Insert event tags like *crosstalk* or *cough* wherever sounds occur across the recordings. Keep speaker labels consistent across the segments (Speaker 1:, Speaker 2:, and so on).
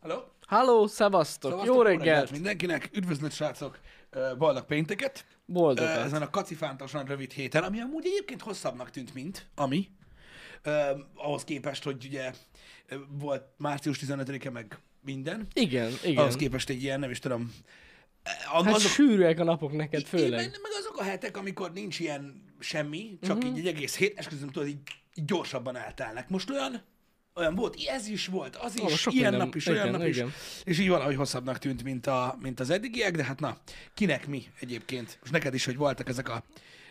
Speaker 1: Hello?
Speaker 2: Halló, szevasztok, jó reggelt,
Speaker 1: mindenkinek, üdvözlet srácok, Ö, boldog pénteket. Ö, hát
Speaker 2: boldogat.
Speaker 1: Ezen a kacifántosan rövid héten, ami amúgy egyébként hosszabbnak tűnt, mint ami. Ö, ahhoz képest, hogy ugye ö, volt március 15-e meg minden.
Speaker 2: Igen,
Speaker 1: Igen. Ahhoz
Speaker 2: igen.
Speaker 1: képest egy ilyen, nem is tudom. a-
Speaker 2: Hát
Speaker 1: azok-
Speaker 2: sűrűek a napok neked
Speaker 1: Én,
Speaker 2: főleg.
Speaker 1: meg, meg azok a hetek, amikor nincs ilyen semmi, csak
Speaker 2: Mhm.
Speaker 1: uh-huh. így egy egész hét, esküszöm, tudod, így, így gyorsabban átállnak. Most olyan, olyan volt, ez is volt, az
Speaker 2: Ó,
Speaker 1: is,
Speaker 2: sok
Speaker 1: ilyen
Speaker 2: minden-
Speaker 1: nap is, olyan
Speaker 2: igen,
Speaker 1: nap
Speaker 2: igen.
Speaker 1: is. És így valahogy hosszabbnak tűnt, mint, a, mint az eddigiek, de hát na, kinek mi egyébként? Most neked is, hogy voltak ezek a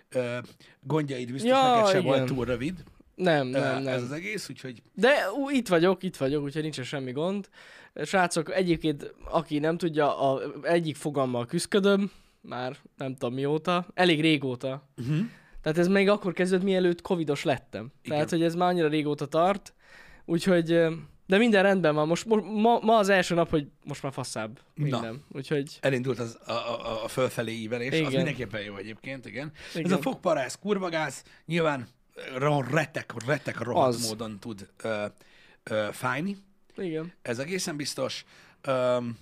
Speaker 1: ö, gondjaid, biztos
Speaker 2: Ja,
Speaker 1: neked sem
Speaker 2: igen.
Speaker 1: volt túl rövid
Speaker 2: Nem, nem,
Speaker 1: nem, ez
Speaker 2: nem.
Speaker 1: az egész, úgyhogy
Speaker 2: De ú, itt vagyok, itt vagyok, úgyhogy nincsen semmi gond. Srácok, egyébként, aki nem tudja, a, egyik fogammal küzdködöm, már nem tudom mióta, elég régóta. Uh-huh. Tehát ez még akkor kezdődött, mielőtt covidos lettem. Igen. Tehát, hogy ez már annyira régóta tart, úgyhogy, ö, de minden rendben van. Most, most ma, ma, az első nap, hogy most már faszább minden. Na. Úgyhogy
Speaker 1: elindult az a, a, a fölfelé ívelés, igen. az
Speaker 2: Igen.
Speaker 1: mindenképpen jó egyébként, igen. igen. Ez
Speaker 2: Igen.
Speaker 1: a fogparász, kurvagász, nyilván ro- retek, retek rohadt
Speaker 2: Az.
Speaker 1: módon tud ö, ö, fájni,
Speaker 2: igen.
Speaker 1: ez egészen biztos. Öm,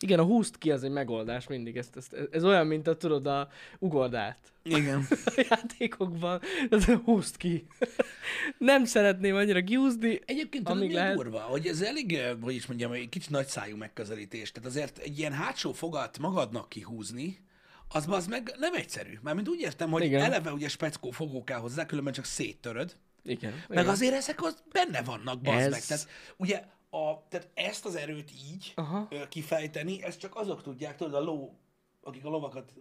Speaker 2: Igen, a húzd ki az egy megoldás mindig. Ezt, ezt, ez olyan, mint a tudod, a ugordát
Speaker 1: igen.
Speaker 2: a játékokban. Ez a húzd ki. Nem szeretném annyira kiúzni.
Speaker 1: Egyébként tudod,
Speaker 2: Amíg
Speaker 1: milyen lehet...
Speaker 2: lehet.
Speaker 1: durva, hogy ez elég, eh, hogy is mondjam, egy kicsit nagyszájú megközelítés. Tehát azért egy ilyen hátsó fogat magadnak kihúzni, az, az meg nem egyszerű. Mármint úgy értem, hogy Igen.
Speaker 2: Igen.
Speaker 1: eleve ugye speckó fogó kell hozzá, különben csak széttöröd.
Speaker 2: Igen.
Speaker 1: Meg
Speaker 2: igen.
Speaker 1: azért ezek az benne vannak, bazd
Speaker 2: Ez-
Speaker 1: meg. Tehát, ugye, a, tehát ezt az erőt így
Speaker 2: Aha.
Speaker 1: ö, kifejteni, ezt csak azok tudják, tudod, a ló, akik a lovakat,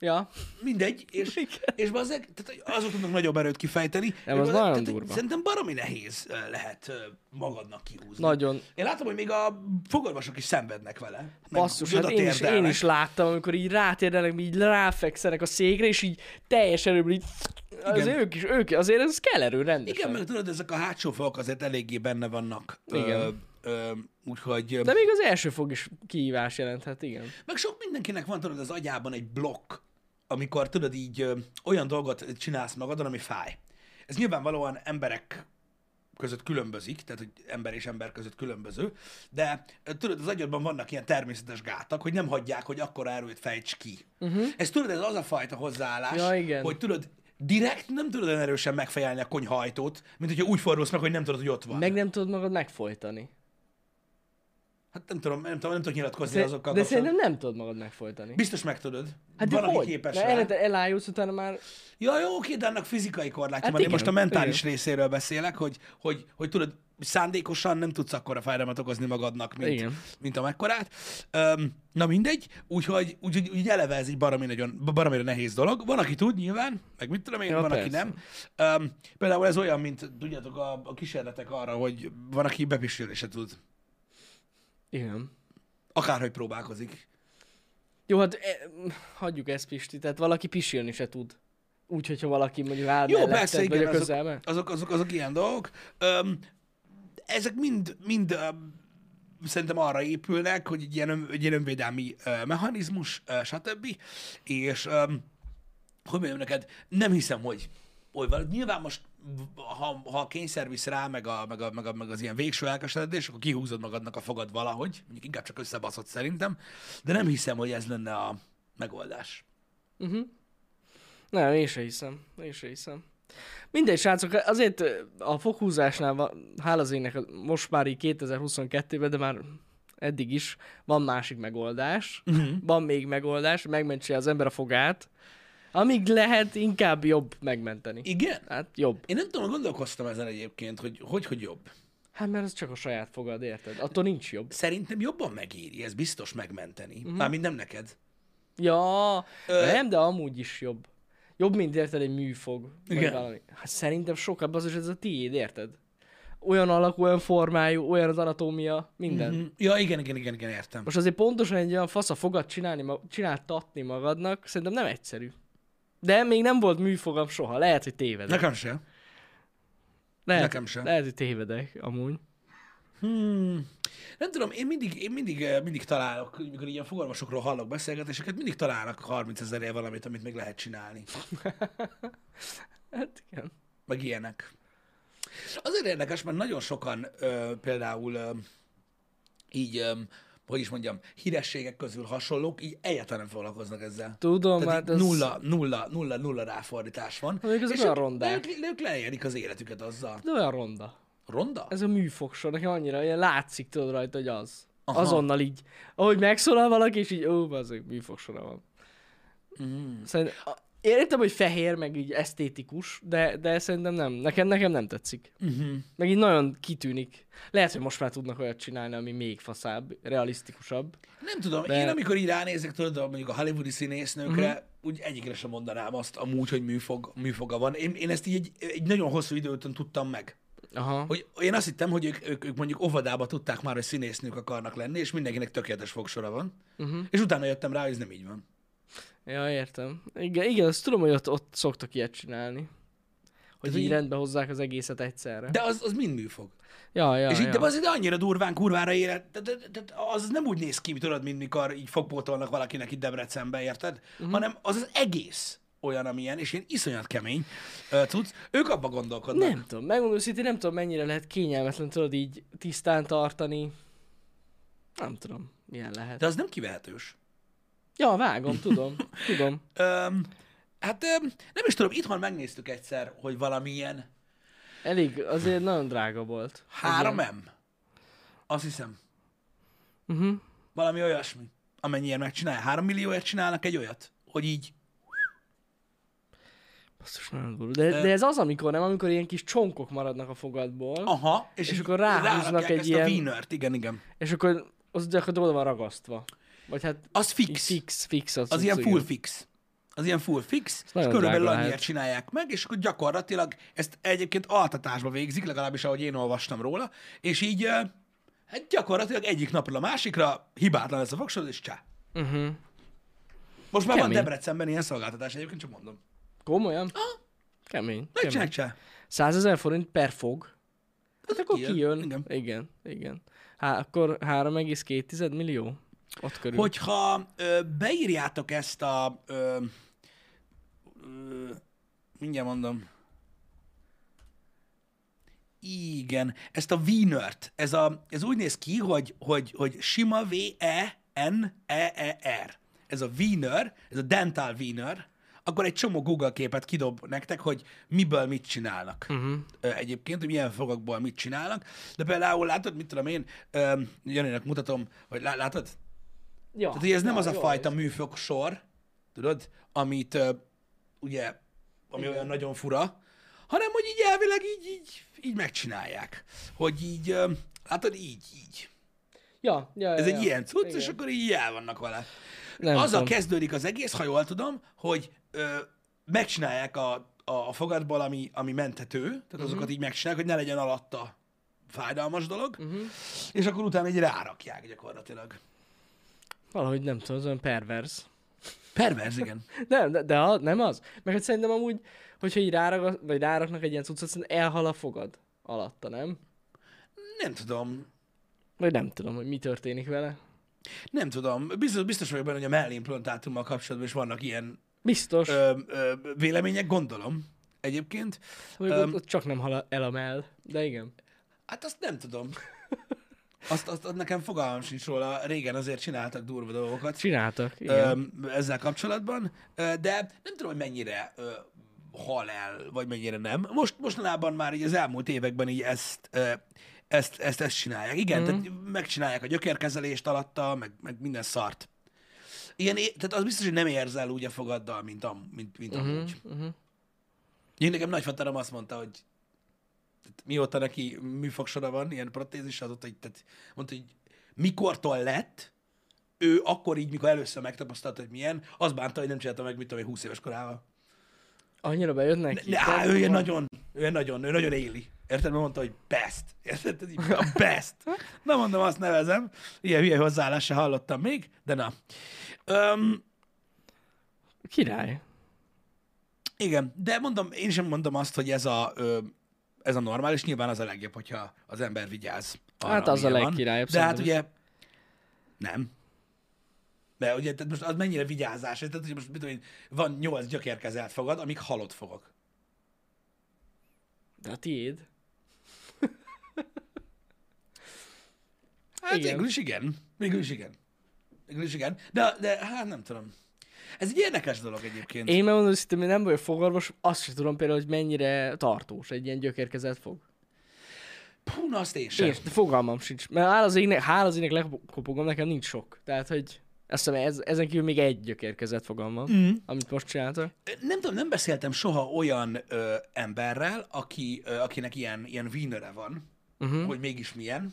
Speaker 2: Ja.
Speaker 1: mindegy, és,
Speaker 2: Igen.
Speaker 1: és bazdmeg, tehát hogy azok tudnak nagyobb erőt kifejteni.
Speaker 2: Nem,
Speaker 1: és
Speaker 2: az
Speaker 1: bazdmeg,
Speaker 2: nagyon
Speaker 1: hogy
Speaker 2: durva.
Speaker 1: Szerintem baromi nehéz ö, lehet ö, magadnak kihúzni.
Speaker 2: Nagyon.
Speaker 1: Én látom, hogy még a fogorvosok is szenvednek vele. Meg
Speaker 2: Basszus,
Speaker 1: oda
Speaker 2: hát én is, én
Speaker 1: térdelnek.
Speaker 2: is láttam, amikor így rátérdelek, így ráfekszenek a székre, és így teljes erőből így... Az
Speaker 1: Igen.
Speaker 2: ők is, ők, azért ez kell erő rendesen.
Speaker 1: Igen, meg tudod, ezek a hátsó fogak azért eléggé benne vannak.
Speaker 2: Igen.
Speaker 1: Ö, ö, úgyhogy... ö,
Speaker 2: De még az első fog is kihívás jelenthet, igen.
Speaker 1: Meg sok mindenkinek van, tudod, az agyában egy blokk, amikor tudod így ö, olyan dolgot csinálsz magadon, ami fáj. Ez nyilvánvalóan emberek között különbözik, tehát hogy ember és ember között különböző, de ö, tudod, az agyadban vannak ilyen természetes gátak, hogy nem hagyják, hogy akkora erőt fejts ki. Uh-huh. Ez tudod, ez az a fajta hozzáállás,
Speaker 2: Mhm. Ja, igen.
Speaker 1: hogy tudod, direkt nem tudod olyan erősen megfejelni a konyhajtót, mint hogyha úgy fordulsz meg, hogy nem tudod, hogy ott van.
Speaker 2: Meg nem tudod magad megfojtani.
Speaker 1: Hát nem tudom, nem tudom, nem tudok nyilatkozni
Speaker 2: De,
Speaker 1: azokkal
Speaker 2: de
Speaker 1: kapcsolatban.
Speaker 2: szerintem nem tudod magad megfojtani.
Speaker 1: Biztos meg tudod.
Speaker 2: Hát de
Speaker 1: Valaki
Speaker 2: hogy?
Speaker 1: képes
Speaker 2: Mert
Speaker 1: rá.
Speaker 2: ered- elájulsz, utána már...
Speaker 1: Ja, jó, oké, de annak fizikai korlátja hát
Speaker 2: Hát
Speaker 1: van. Én
Speaker 2: igen,
Speaker 1: most a mentális igen. részéről beszélek, hogy, hogy, hogy tudod, szándékosan nem tudsz akkora fájdalmat okozni magadnak, mint,
Speaker 2: Igen.
Speaker 1: mint amekkorát. Öm, na mindegy, úgyhogy úgy, úgy, úgy eleve ez egy baromi nagyon, baromira nehéz dolog. Van, aki tud nyilván, meg mit tudom én, ja,
Speaker 2: Ja,
Speaker 1: van, aki
Speaker 2: persze.
Speaker 1: nem. Öm, például ez olyan, mint tudjátok, a, a kísérletek arra, hogy van, aki bepisülni se tud.
Speaker 2: Igen.
Speaker 1: Akárhogy próbálkozik.
Speaker 2: Jó, hát e, m, hagyjuk ezt, Pisti. Tehát valaki pisilni se tud. Úgy, hogyha valaki mondjuk áll
Speaker 1: Jó,
Speaker 2: melletted,
Speaker 1: persze,
Speaker 2: vagy
Speaker 1: igen,
Speaker 2: a közelben.
Speaker 1: azok, azok, azok, azok ilyen dolgok. Öm, ezek mind, mind öm, szerintem arra épülnek, hogy egy ilyen, ön, egy ilyen önvédelmi ö, mechanizmus, ö, stb. És öm, hogy mondjam neked, nem hiszem, hogy oly van. Nyilván most, ha, ha a kényszer visz rá, meg, a, meg, a, meg, a, meg az ilyen végső elkeseredés, akkor kihúzod magadnak a fogad valahogy, mondjuk inkább csak összebaszott szerintem, de nem hiszem, hogy ez lenne a megoldás.
Speaker 2: Nem, én se hiszem. Én se hiszem. Mindegy, srácok, azért ö, a fokhúzásnál, va- hála az ének, most már így 2022-ben, de már eddig is van másik megoldás.
Speaker 1: Mhm.
Speaker 2: Uh-huh. Van még megoldás, megmentse az ember a fogát. Amíg lehet, inkább jobb megmenteni.
Speaker 1: Igen?
Speaker 2: Hát jobb.
Speaker 1: Én nem tudom, gondolkoztam ezen egyébként, hogy hogy, hogy jobb.
Speaker 2: Hát mert az csak a saját fogad, érted? Attól nincs jobb.
Speaker 1: Szerintem jobban megéri, ez biztos megmenteni. Mm-hmm. Mármint nem neked.
Speaker 2: Ja, Ö... nem, de amúgy is jobb. Jobb, mint érted egy műfog.
Speaker 1: Igen.
Speaker 2: Igen. Valami. Hát szerintem sokkal az is ez a tiéd, érted? Olyan alakú, olyan formájú, olyan az anatómia, minden.
Speaker 1: Mm. Ja, igen, igen, igen, igen, értem.
Speaker 2: Most azért pontosan egy olyan fasz a fogat csinálni, ma- csináltatni magadnak, szerintem nem egyszerű. De még nem volt műfogam soha, lehet, hogy tévedek.
Speaker 1: Nekem se.
Speaker 2: lehet,
Speaker 1: nekem sem.
Speaker 2: Lehet, hogy tévedek, amúgy.
Speaker 1: Hmm. Nem tudom, én mindig, én mindig, eh, mindig találok, mikor ilyen fogalmasokról hallok beszélgetéseket, mindig találnak 30 ezerért valamit, amit még lehet csinálni.
Speaker 2: Hát igen.
Speaker 1: Meg ilyenek. Azért érdekes, mert nagyon sokan ö, például ö, így, öm, hogy is mondjam, hírességek közül hasonlók, így egyáltalán nem foglalkoznak ezzel.
Speaker 2: Tudom,
Speaker 1: Tehát
Speaker 2: hát
Speaker 1: így
Speaker 2: ez...
Speaker 1: nulla, nulla, nulla, nulla ráfordítás van.
Speaker 2: Mondjuk azok
Speaker 1: És
Speaker 2: olyan
Speaker 1: ők-
Speaker 2: rondák.
Speaker 1: Ők, ők leélik az életüket azzal.
Speaker 2: De olyan ronda.
Speaker 1: Ronda?
Speaker 2: Ez a műfogsor, nekem annyira ilyen látszik, tudod rajta, hogy az.
Speaker 1: Aha.
Speaker 2: Aha. Azonnal így. Ahogy megszólal valaki, és így, ó, az műfogsora van.
Speaker 1: Mm.
Speaker 2: Szerintem, a- én értem, hogy fehér, meg így esztétikus, de, de szerintem nem. Nekem, nekem nem tetszik.
Speaker 1: Uh-huh.
Speaker 2: Meg így nagyon kitűnik. Lehet, hogy most már tudnak olyat csinálni, ami még faszább, realisztikusabb.
Speaker 1: Nem tudom, de...
Speaker 2: De- Mhm.
Speaker 1: én amikor így ránézek, tudod, a- mondjuk a hollywoodi színésznőkre, úgy egyikre sem mondanám azt amúgy, hogy műfog, műfoga van. Én, én ezt így egy, egy nagyon hosszú idő után tudtam meg.
Speaker 2: Aha.
Speaker 1: Hogy én azt hittem, hogy ők, ők, ők mondjuk óvodába tudták már, hogy színésznők akarnak lenni, és mindenkinek tökéletes fogsora van.
Speaker 2: Uh-huh.
Speaker 1: És utána jöttem rá, hogy ez nem így van.
Speaker 2: Ja, értem. Igen, igen, azt tudom, hogy ott, ott szoktak ilyet csinálni. Hogy
Speaker 1: Ez
Speaker 2: így
Speaker 1: így-
Speaker 2: rendbe hozzák az egészet egyszerre.
Speaker 1: De az, az mind műfog.
Speaker 2: Ja, ja,
Speaker 1: És
Speaker 2: ja.
Speaker 1: így, de az ide annyira durván, kurvára élet, de, de, de, de az nem úgy néz ki, mint tudod, mint mikor így fogpótolnak valakinek itt Debrecenbe, érted?
Speaker 2: Mhm.
Speaker 1: Uh-huh. Hanem az az egész olyan, amilyen, és ilyen iszonyat kemény, uh, tudsz? Ők abba gondolkodnak.
Speaker 2: Nem tudom, megmondom őszintén, nem tudom mennyire lehet kényelmetlen, tudod így tisztán tartani. Nem tudom, milyen lehet.
Speaker 1: De az nem kivehetős.
Speaker 2: Ja, vágom, tudom, tudom.
Speaker 1: Öm, hát öm, nem is tudom, itthon megnéztük egyszer, hogy valamilyen
Speaker 2: Elég, azért nagyon drága volt.
Speaker 1: 3M. Azt hiszem,
Speaker 2: Uh-huh.
Speaker 1: valami olyasmi, amennyien megcsinálják. 3 millióért csinálnak egy olyat, hogy így
Speaker 2: Basszus, nagyon durva. De, de ez az, amikor nem, amikor ilyen kis csonkok maradnak a fogadból,
Speaker 1: aha, és,
Speaker 2: És
Speaker 1: így
Speaker 2: akkor ráhúznak
Speaker 1: rárakják
Speaker 2: egy
Speaker 1: ezt a
Speaker 2: ilyen-
Speaker 1: wienert. Igen, igen.
Speaker 2: és akkor az gyakorlatilag oda van ragasztva. Vagy hát
Speaker 1: Az
Speaker 2: így
Speaker 1: fix.
Speaker 2: fix, fix az.
Speaker 1: Az
Speaker 2: cucc,
Speaker 1: ilyen
Speaker 2: igen.
Speaker 1: full fix. Az ilyen full fix, és
Speaker 2: nagyon
Speaker 1: körülbelül
Speaker 2: drága
Speaker 1: annyiért
Speaker 2: lehet.
Speaker 1: csinálják meg, és akkor gyakorlatilag ezt egyébként altatásba végzik, legalábbis ahogy én olvastam róla, és így ö, hát gyakorlatilag egyik napról a másikra hibátlan lesz a fogsor, és csá.
Speaker 2: Uh-huh.
Speaker 1: Most már Kemény.
Speaker 2: Kemény.
Speaker 1: van Debrecenben ilyen szolgáltatás, egyébként csak mondom.
Speaker 2: Komolyan? Kemény. kemény.
Speaker 1: Megcsinálják csá.
Speaker 2: 100 ezer forint per fog. Hát akkor
Speaker 1: kijön.
Speaker 2: kijön.
Speaker 1: Igen.
Speaker 2: Igen, igen. igen. Há, akkor 3,2 millió? Ott körül.
Speaker 1: Hogyha ö, beírjátok ezt a... Ö, ö, mindjárt mondom. Igen, ezt a Wienert, ez, a, ez úgy néz ki, hogy, hogy, hogy sima V-E-N-E-E-R. Ez a Wiener, ez a dental Wiener, akkor egy csomó Google képet kidob nektek, hogy miből mit csinálnak. Uh-huh. Egyébként, hogy milyen fogakból mit csinálnak. De például látod, mit tudom én, ö, Janinak mutatom, hogy lá- látod?
Speaker 2: Ja,
Speaker 1: Tehát, hogy ez nem
Speaker 2: ja,
Speaker 1: az a
Speaker 2: jól
Speaker 1: fajta műfog sor, tudod, amit ö, ugye, ami olyan nagyon fura, hanem, hogy így elvileg így, így, így megcsinálják. Hogy így, ö, látod, így, így.
Speaker 2: Ja, ja, ja,
Speaker 1: Ez
Speaker 2: ja.
Speaker 1: egy ilyen cucc,
Speaker 2: Igen.
Speaker 1: és akkor így el vannak vele.
Speaker 2: Nem
Speaker 1: Azzal
Speaker 2: tudom.
Speaker 1: kezdődik az egész, ha jól tudom, hogy ö, megcsinálják a, a, a fogadból, ami, ami menthető, tehát
Speaker 2: Mhm.
Speaker 1: uh-huh. azokat így megcsinálják, hogy ne legyen alatta fájdalmas dolog,
Speaker 2: Mhm.
Speaker 1: uh-huh. és akkor utána egy rárakják gyakorlatilag.
Speaker 2: Valahogy nem tudom, az olyan pervers.
Speaker 1: Perverz, igen.
Speaker 2: Nem, de, de a, nem az. Meg hát szerintem amúgy, hogyha így rárag, vagy ráraknak egy ilyen cuccot, szerintem elhal a fogad alatta, nem?
Speaker 1: Nem tudom,
Speaker 2: Vagy nem tudom, hogy mi történik vele.
Speaker 1: Nem tudom, biztos, biztos vagyok benne, hogy a mellimplantátummal kapcsolatban is vannak ilyen
Speaker 2: Biztos,
Speaker 1: ö, ö, vélemények, gondolom egyébként.
Speaker 2: hogy
Speaker 1: öm.
Speaker 2: ott, ott csak nem hal a- el a mell, de igen.
Speaker 1: Hát azt nem tudom. Azt, azt, azt nekem fogalmam sincs róla, régen azért csináltak durva dolgokat
Speaker 2: Csináltak, igen.
Speaker 1: ö, ezzel kapcsolatban, ö, de nem tudom, hogy mennyire ö, hal el, vagy mennyire nem. Most mostanában már így az elmúlt években így ezt, ö, ezt, ezt, ezt csinálják. Igen, mm. tehát megcsinálják a gyökérkezelést alatta, meg, meg minden szart. Ilyen, é- tehát az biztos, hogy nem érzel úgy a fogaddal, mint, am, mint, mint mm-hmm. amúgy.
Speaker 2: Uh-huh.
Speaker 1: Én nekem nagyfaterom azt mondta, hogy tehát mióta neki műfogsora van, ilyen protézis, azóta így, tehát mondta, hogy mikortól lett, ő akkor így, mikor először megtapasztalta, hogy milyen, az bánta, hogy nem csinálta meg, mit tudom, én, 20 éves korával.
Speaker 2: Annyira bejött neki.
Speaker 1: Ne, á, ő ilyen nagyon, ő ilyen nagyon, ő nagyon éli. Érted? Mert mondta, hogy best. Érted? Tehát így, A best. Na mondom, azt nevezem. Ilyen hülye hozzáállás se hallottam még, de na. Öm,
Speaker 2: Király.
Speaker 1: Igen, de mondom, én sem mondom azt, hogy ez a, ö, ez a normális, nyilván az a legjobb, hogyha az ember vigyáz.
Speaker 2: Hát az a
Speaker 1: amilyen van.
Speaker 2: legkirályabb,
Speaker 1: De hát
Speaker 2: szerintem
Speaker 1: ugye, nem. De ugye, tehát most az mennyire vigyázás, tehát hogy most mit tudom én, van nyolc gyökérkezelt fogad, amik halott fogok.
Speaker 2: De a tiéd.
Speaker 1: Hát
Speaker 2: Igen.
Speaker 1: igen. végül is igen. Végül is igen. Végül is igen. De, de hát nem tudom. Ez egy érdekes dolog egyébként.
Speaker 2: Én megmondom, hogy hogy nem vagyok fogorvos, azt sem tudom például, hogy mennyire tartós egy ilyen gyökérkezett fog.
Speaker 1: Pú, na azt én sem.
Speaker 2: Sem. És de fogalmam sincs. Mert hál az égnek, hál az égnek lekopogom, nekem nincs sok. Tehát, hogy azt hiszem, ez, ezen kívül még egy gyökérkezett fogalmam, mm. amit most csináltak.
Speaker 1: Nem tudom, nem beszéltem soha olyan ö, emberrel, aki, ö, akinek ilyen, ilyen vínöre van, uh-huh. hogy mégis milyen.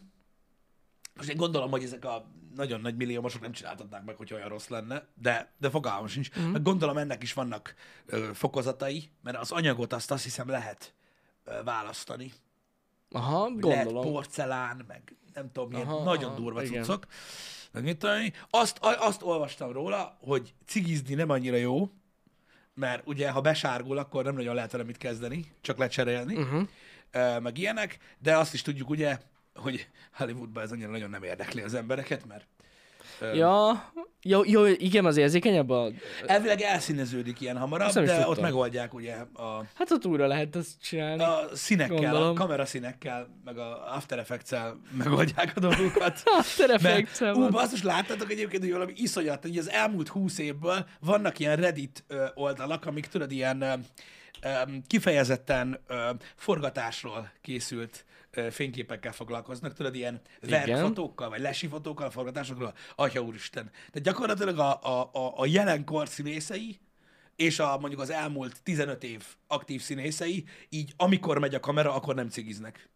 Speaker 1: Most én gondolom, hogy ezek a nagyon nagy milliómosok nem csináltatnák meg, hogy olyan rossz lenne, de, de fogalmam sincs. Uh-huh. Meg gondolom ennek is vannak ö, fokozatai, mert az anyagot azt azt hiszem lehet ö, választani.
Speaker 2: Aha,
Speaker 1: Gondolom.
Speaker 2: gondolom.
Speaker 1: Lehet porcelán, meg nem tudom, ilyen
Speaker 2: Aha,
Speaker 1: aha, nagyon
Speaker 2: aha,
Speaker 1: durva
Speaker 2: igen.
Speaker 1: cuccok. Meg mit tudom én. Azt, a- azt olvastam róla, hogy cigizni nem annyira jó, mert ugye, ha besárgul, akkor nem nagyon lehet vele mit kezdeni, csak lecserélni,
Speaker 2: Mhm.
Speaker 1: uh-huh. meg ilyenek, de azt is tudjuk ugye, hogy Hollywoodban ez annyira nagyon nem érdekli az embereket, mert
Speaker 2: Ja, jó, jó, igen, az érzékenyebb a...
Speaker 1: elvileg elszíneződik ilyen hamarabb,
Speaker 2: Azt nem is
Speaker 1: de ott
Speaker 2: tudtam.
Speaker 1: megoldják ugye a,
Speaker 2: Hát ott újra lehet ezt csinálni.
Speaker 1: a színekkel, Gondolom. a
Speaker 2: Gondolom.
Speaker 1: kameraszínekkel, meg a After Effects-el megoldják a dolgokat.
Speaker 2: *laughs* After
Speaker 1: Mert,
Speaker 2: Effects-el
Speaker 1: ú,
Speaker 2: van.
Speaker 1: basszus, láttátok egyébként, hogy valami iszonyat, hogy az elmúlt húsz évből vannak ilyen Reddit ö, oldalak, amik tudod, ilyen ö, ö, kifejezetten ö, forgatásról készült ö, fényképekkel foglalkoznak, tudod, ilyen verkfotókkal, vagy lesifotókkal, forgatásokról, atya úristen. Tehát gyakorlatilag a, a, a, a jelenkor színészei, és a, mondjuk az elmúlt 15 év aktív színészei, így amikor megy a kamera, akkor nem cigiznek.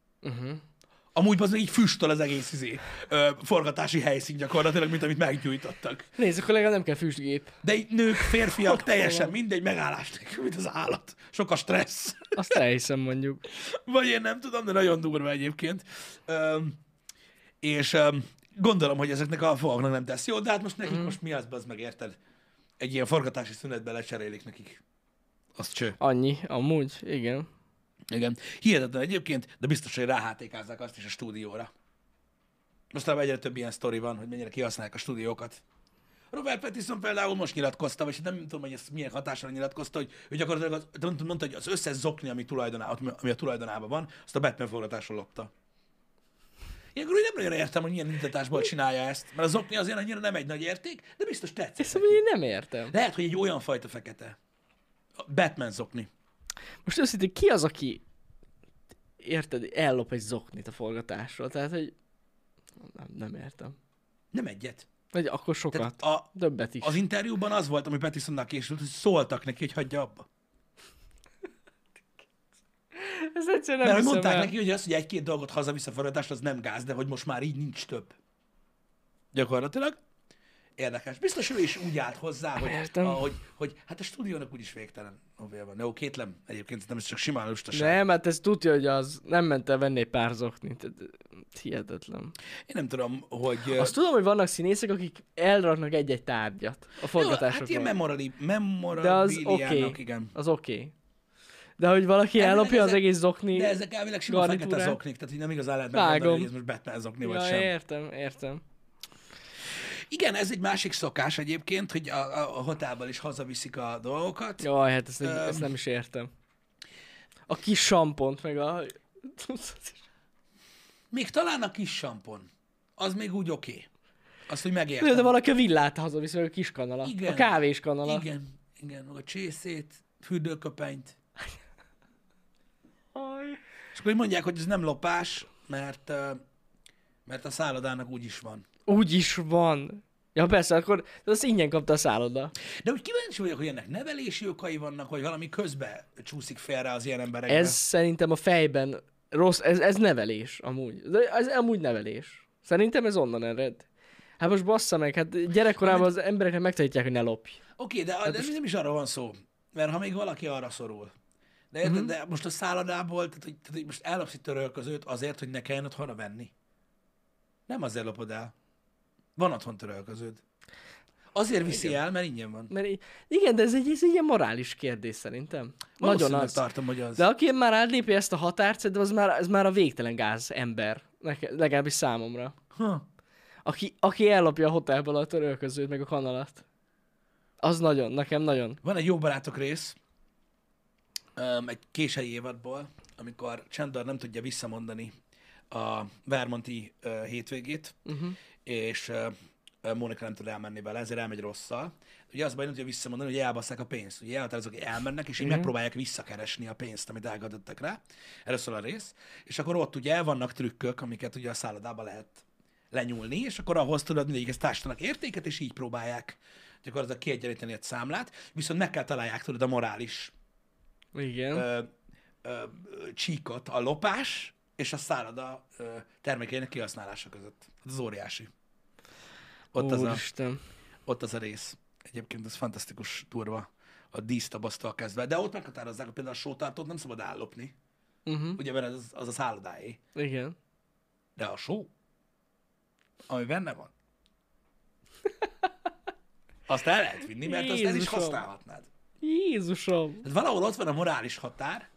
Speaker 1: Amúgy az így füstöl az egész izé, ö, forgatási helyszín gyakorlatilag, mint amit meggyújtottak.
Speaker 2: Nézd, akkor legalább nem kell füstgép.
Speaker 1: De így nők, férfiak, teljesen mindegy, megállás nélkül, mint az állat. Sok a stressz. *laughs*
Speaker 2: Azt elhiszem mondjuk.
Speaker 1: Vagy én nem tudom, de nagyon durva egyébként. Öm, és öm, gondolom, hogy ezeknek a fognak nem tesz jó, de hát most nekik mm. most mi az, az megérted? Egy ilyen forgatási szünetben lecserélik nekik. Az cső.
Speaker 2: Annyi, amúgy, igen.
Speaker 1: Igen. Hihetetlen egyébként, de biztos, hogy ráhátékázzák azt is a stúdióra. Mostanában egyre több ilyen sztori van, hogy mennyire kihasználják a stúdiókat. Robert Pattinson például most nyilatkozta, vagy nem tudom, hogy ezt milyen hatásra nyilatkozta, hogy ő gyakorlatilag az, de mondta- mondta, hogy az összes zokni, ami, tulajdoná, ami a tulajdonában van, azt a Batman forgatásról lopta. Ilyenkor úgy nem nagyon értem, hogy milyen indítatásból csinálja ezt, mert az zokni azért annyira nem egy nagy érték, de biztos tetszik.
Speaker 2: Ezt mondjuk Szóval én nem értem.
Speaker 1: Lehet, hogy egy olyan fajta fekete. A Batman zokni.
Speaker 2: Most őszintén, ki az, aki érted, ellop egy zoknit a forgatásról? Tehát, hogy nem, nem értem.
Speaker 1: Nem egyet.
Speaker 2: Vagy akkor sokat.
Speaker 1: Tehát a,
Speaker 2: Többet is.
Speaker 1: Az interjúban az volt, ami Pattisonnal készült, hogy szóltak neki, hogy hagyja abba.
Speaker 2: Ez egyszerűen
Speaker 1: Mert
Speaker 2: nem
Speaker 1: hogy
Speaker 2: hiszem
Speaker 1: mondták
Speaker 2: el.
Speaker 1: neki, hogy az, hogy egy-két dolgot haza-vissza forgatás, az nem gáz, de hogy most már így nincs több. Gyakorlatilag. Érdekes. Biztos ő is úgy állt hozzá, hogy,
Speaker 2: Értem.
Speaker 1: ahogy, hogy hát a stúdiónak úgyis végtelen hobja van. Jó, kétlem. Egyébként nem, ez csak simán lustaság.
Speaker 2: Nem, hát ez tudja, hogy az nem ment el venni egy pár zoknit. Ez- ez Hihetetlen.
Speaker 1: Én nem tudom, hogy... ö,
Speaker 2: Azt tudom, hogy vannak színészek, akik elraknak egy-egy tárgyat a
Speaker 1: jó, hát ilyen
Speaker 2: forgatásokon.
Speaker 1: memorali,
Speaker 2: De az
Speaker 1: memorabiliának,
Speaker 2: oké.
Speaker 1: okay. igen.
Speaker 2: Az oké. Okay. De hogy valaki
Speaker 1: Elvileg
Speaker 2: ellopja az
Speaker 1: ezek-
Speaker 2: egész zokni...
Speaker 1: De ezek elvileg sima
Speaker 2: garnitúrák.
Speaker 1: fekete zoknik, tehát így nem igazán lehet
Speaker 2: Vágom.
Speaker 1: megmondani, hogy ez most Batman zokni vagy
Speaker 2: Ja,
Speaker 1: sem.
Speaker 2: értem, értem.
Speaker 1: Igen, ez egy másik szokás egyébként, hogy a, a, a hotelből is hazaviszik a dolgokat.
Speaker 2: Jaj, hát ezt, um,
Speaker 1: Öm.
Speaker 2: ezt nem is értem. A kis sampont, meg a...
Speaker 1: Még talán a kis sampon. Az még úgy oké. Okay. Azt, hogy megértem.
Speaker 2: De, de valaki a villát hazavisz, meg a kis kanala.
Speaker 1: Igen.
Speaker 2: A kávés kanala.
Speaker 1: Igen, igen, meg a csészét, fürdőköpenyt.
Speaker 2: Aj.
Speaker 1: És akkor így mondják, hogy ez nem lopás, mert, ö, mert a szállodának úgy is van.
Speaker 2: Úgy is van. Ja persze, akkor az ingyen kapta a szálloda.
Speaker 1: De úgy kíváncsi vagyok, hogy ennek nevelési okai vannak, vagy valami közbe csúszik félre az ilyen emberekbe.
Speaker 2: Ez szerintem a fejben rossz, ez, ez nevelés amúgy. De ez amúgy nevelés. Szerintem ez onnan ered. Hát most bassza meg, hát gyerekkorában az embereknek megtanítják, hogy ne lopj.
Speaker 1: Oké, de,
Speaker 2: Hát
Speaker 1: de nem is arra van szó, mert ha még valaki arra szorul, de,
Speaker 2: Mhm.
Speaker 1: mm-hmm. de most a szállodából, tehát, hogy, tehát, hogy most ellopsz egy törölközőt azért, hogy ne kelljen otthonra venni. Nem azért lopod el. Van otthon törölköződ. Azért viszi Igen. el, mert ingyen van.
Speaker 2: Mert í- igen, de ez egy, ez egy ilyen morális kérdés szerintem. Nagyon
Speaker 1: Valószínűleg
Speaker 2: az.
Speaker 1: tartom, hogy az.
Speaker 2: De aki már átlépi ezt a határt, szerintem az már, az már a végtelen gáz ember. Neke, legalábbis számomra.
Speaker 1: Ha.
Speaker 2: Aki, aki ellopja a hotelből a törölközőt, meg a kanalat. Az nagyon, nekem nagyon.
Speaker 1: Van egy jó barátok rész, um, egy késői évadból, amikor Chandler nem tudja visszamondani a Vermonti ö, hétvégét, uh-huh. és ö, ö, Mónika nem tud elmenni vele, ezért elmegy rosszal. Ugye az baj, nem tudja visszamondani, hogy elbasszák a pénzt. Ugye elhatározok, hogy elmennek, és így uh-huh. megpróbálják visszakeresni a pénzt, amit elgadottak rá. Erről szól a rész. És akkor ott ugye el vannak trükkök, amiket ugye a szállodába lehet lenyúlni, és akkor ahhoz tudod, mindig ezt társadalnak értéket, és így próbálják gyakorlatilag kiegyenlíteni a számlát, viszont meg kell találják tudod a morális
Speaker 2: Igen.
Speaker 1: ö, ö, csíkot a lopás és a szálloda ö, termékeinek kihasználása között. Az óriási. Ott az, a,
Speaker 2: Úristen.
Speaker 1: ott az a rész. Egyébként ez fantasztikus durva a dísztabasztal kezdve. De ott meghatározzák, hogy például a sótartót nem szabad állopni.
Speaker 2: Uh-huh.
Speaker 1: Ugye, mert az, az a szállodáé.
Speaker 2: Igen.
Speaker 1: De a só, ami benne van, azt el lehet vinni, mert azt el is
Speaker 2: Jézusom.
Speaker 1: használhatnád.
Speaker 2: Jézusom.
Speaker 1: Tehát valahol ott van a morális határ,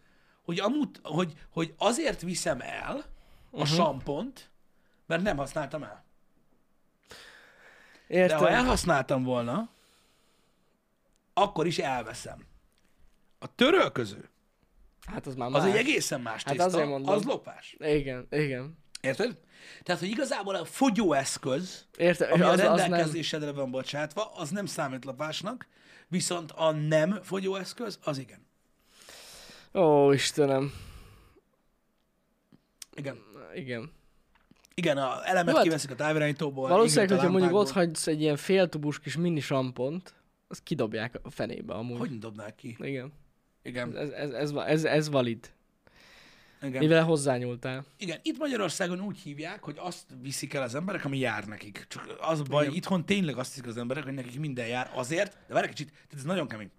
Speaker 1: hogy, amúgy, hogy, hogy azért viszem el a
Speaker 2: Mhm.
Speaker 1: uh-huh. sampont, mert nem használtam el. De
Speaker 2: Értem.
Speaker 1: ha elhasználtam volna, akkor is elveszem. A törölköző,
Speaker 2: Hát az már
Speaker 1: az
Speaker 2: más.
Speaker 1: egy egészen más
Speaker 2: Hát
Speaker 1: tészta,
Speaker 2: azért mondom.
Speaker 1: az lopás.
Speaker 2: Igen, igen.
Speaker 1: Érted? Tehát, hogy igazából a fogyóeszköz,
Speaker 2: Értem,
Speaker 1: ami
Speaker 2: és
Speaker 1: az,
Speaker 2: az,
Speaker 1: a
Speaker 2: az nem.
Speaker 1: rendelkezésedre van bocsátva, az nem számít lopásnak, viszont a nem fogyóeszköz, az igen.
Speaker 2: Ó, Istenem.
Speaker 1: Igen.
Speaker 2: Igen.
Speaker 1: Igen, a elemet
Speaker 2: Jó, hát
Speaker 1: kiveszik a távirányítóból.
Speaker 2: Valószínűleg,
Speaker 1: égnek a
Speaker 2: hogyha mondjuk ott
Speaker 1: lámpákból.
Speaker 2: hagysz egy ilyen féltubus kis mini sampont, azt kidobják a fenébe amúgy.
Speaker 1: Hogy dobnák ki?
Speaker 2: Igen.
Speaker 1: Igen.
Speaker 2: Ez, ez, ez, va- ez, ez valid.
Speaker 1: Igen. Hát.
Speaker 2: Mivel hozzányúltál.
Speaker 1: Igen, itt Magyarországon úgy hívják, hogy azt viszik el az emberek, ami jár nekik. Csak az a baj,
Speaker 2: Igen.
Speaker 1: itthon tényleg azt hiszik az emberek, hogy nekik minden jár azért, de várj egy kicsit, tehát ez nagyon kemény.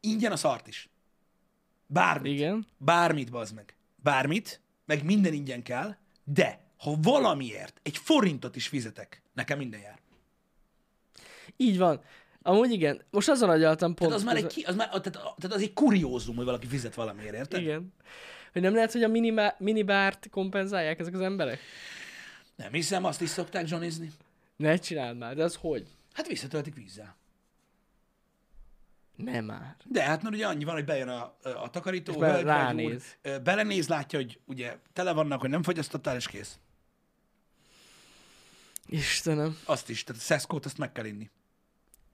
Speaker 1: Ingyen a szart is. Bármit.
Speaker 2: Igen.
Speaker 1: Bármit, bazd meg. Bármit, meg minden ingyen kell, de ha valamiért egy forintot is fizetek, nekem minden jár.
Speaker 2: Így van. Amúgy igen. Most azon agyaltam pont.
Speaker 1: Tehát Hát az már egy, ki, az már, tehát, tehát az egy kuriózum, hogy valaki fizet valamiért, érted?
Speaker 2: Igen. Hogy nem lehet, hogy a minimá- minibárt kompenzálják ezek az emberek?
Speaker 1: Nem hiszem, azt is szokták zsonizni.
Speaker 2: Ne csináld már, de az hogy?
Speaker 1: Hát visszatöltik vízzel.
Speaker 2: Nem már.
Speaker 1: De hát mert ugye annyi van, hogy bejön a, a takarító,
Speaker 2: És be-
Speaker 1: hölgy vagy
Speaker 2: ránéz.
Speaker 1: úr, ö, belenéz, látja, hogy ugye tele vannak, hogy nem fogyasztottál, és kész.
Speaker 2: Istenem.
Speaker 1: Azt is, tehát a szeszkót azt meg kell inni.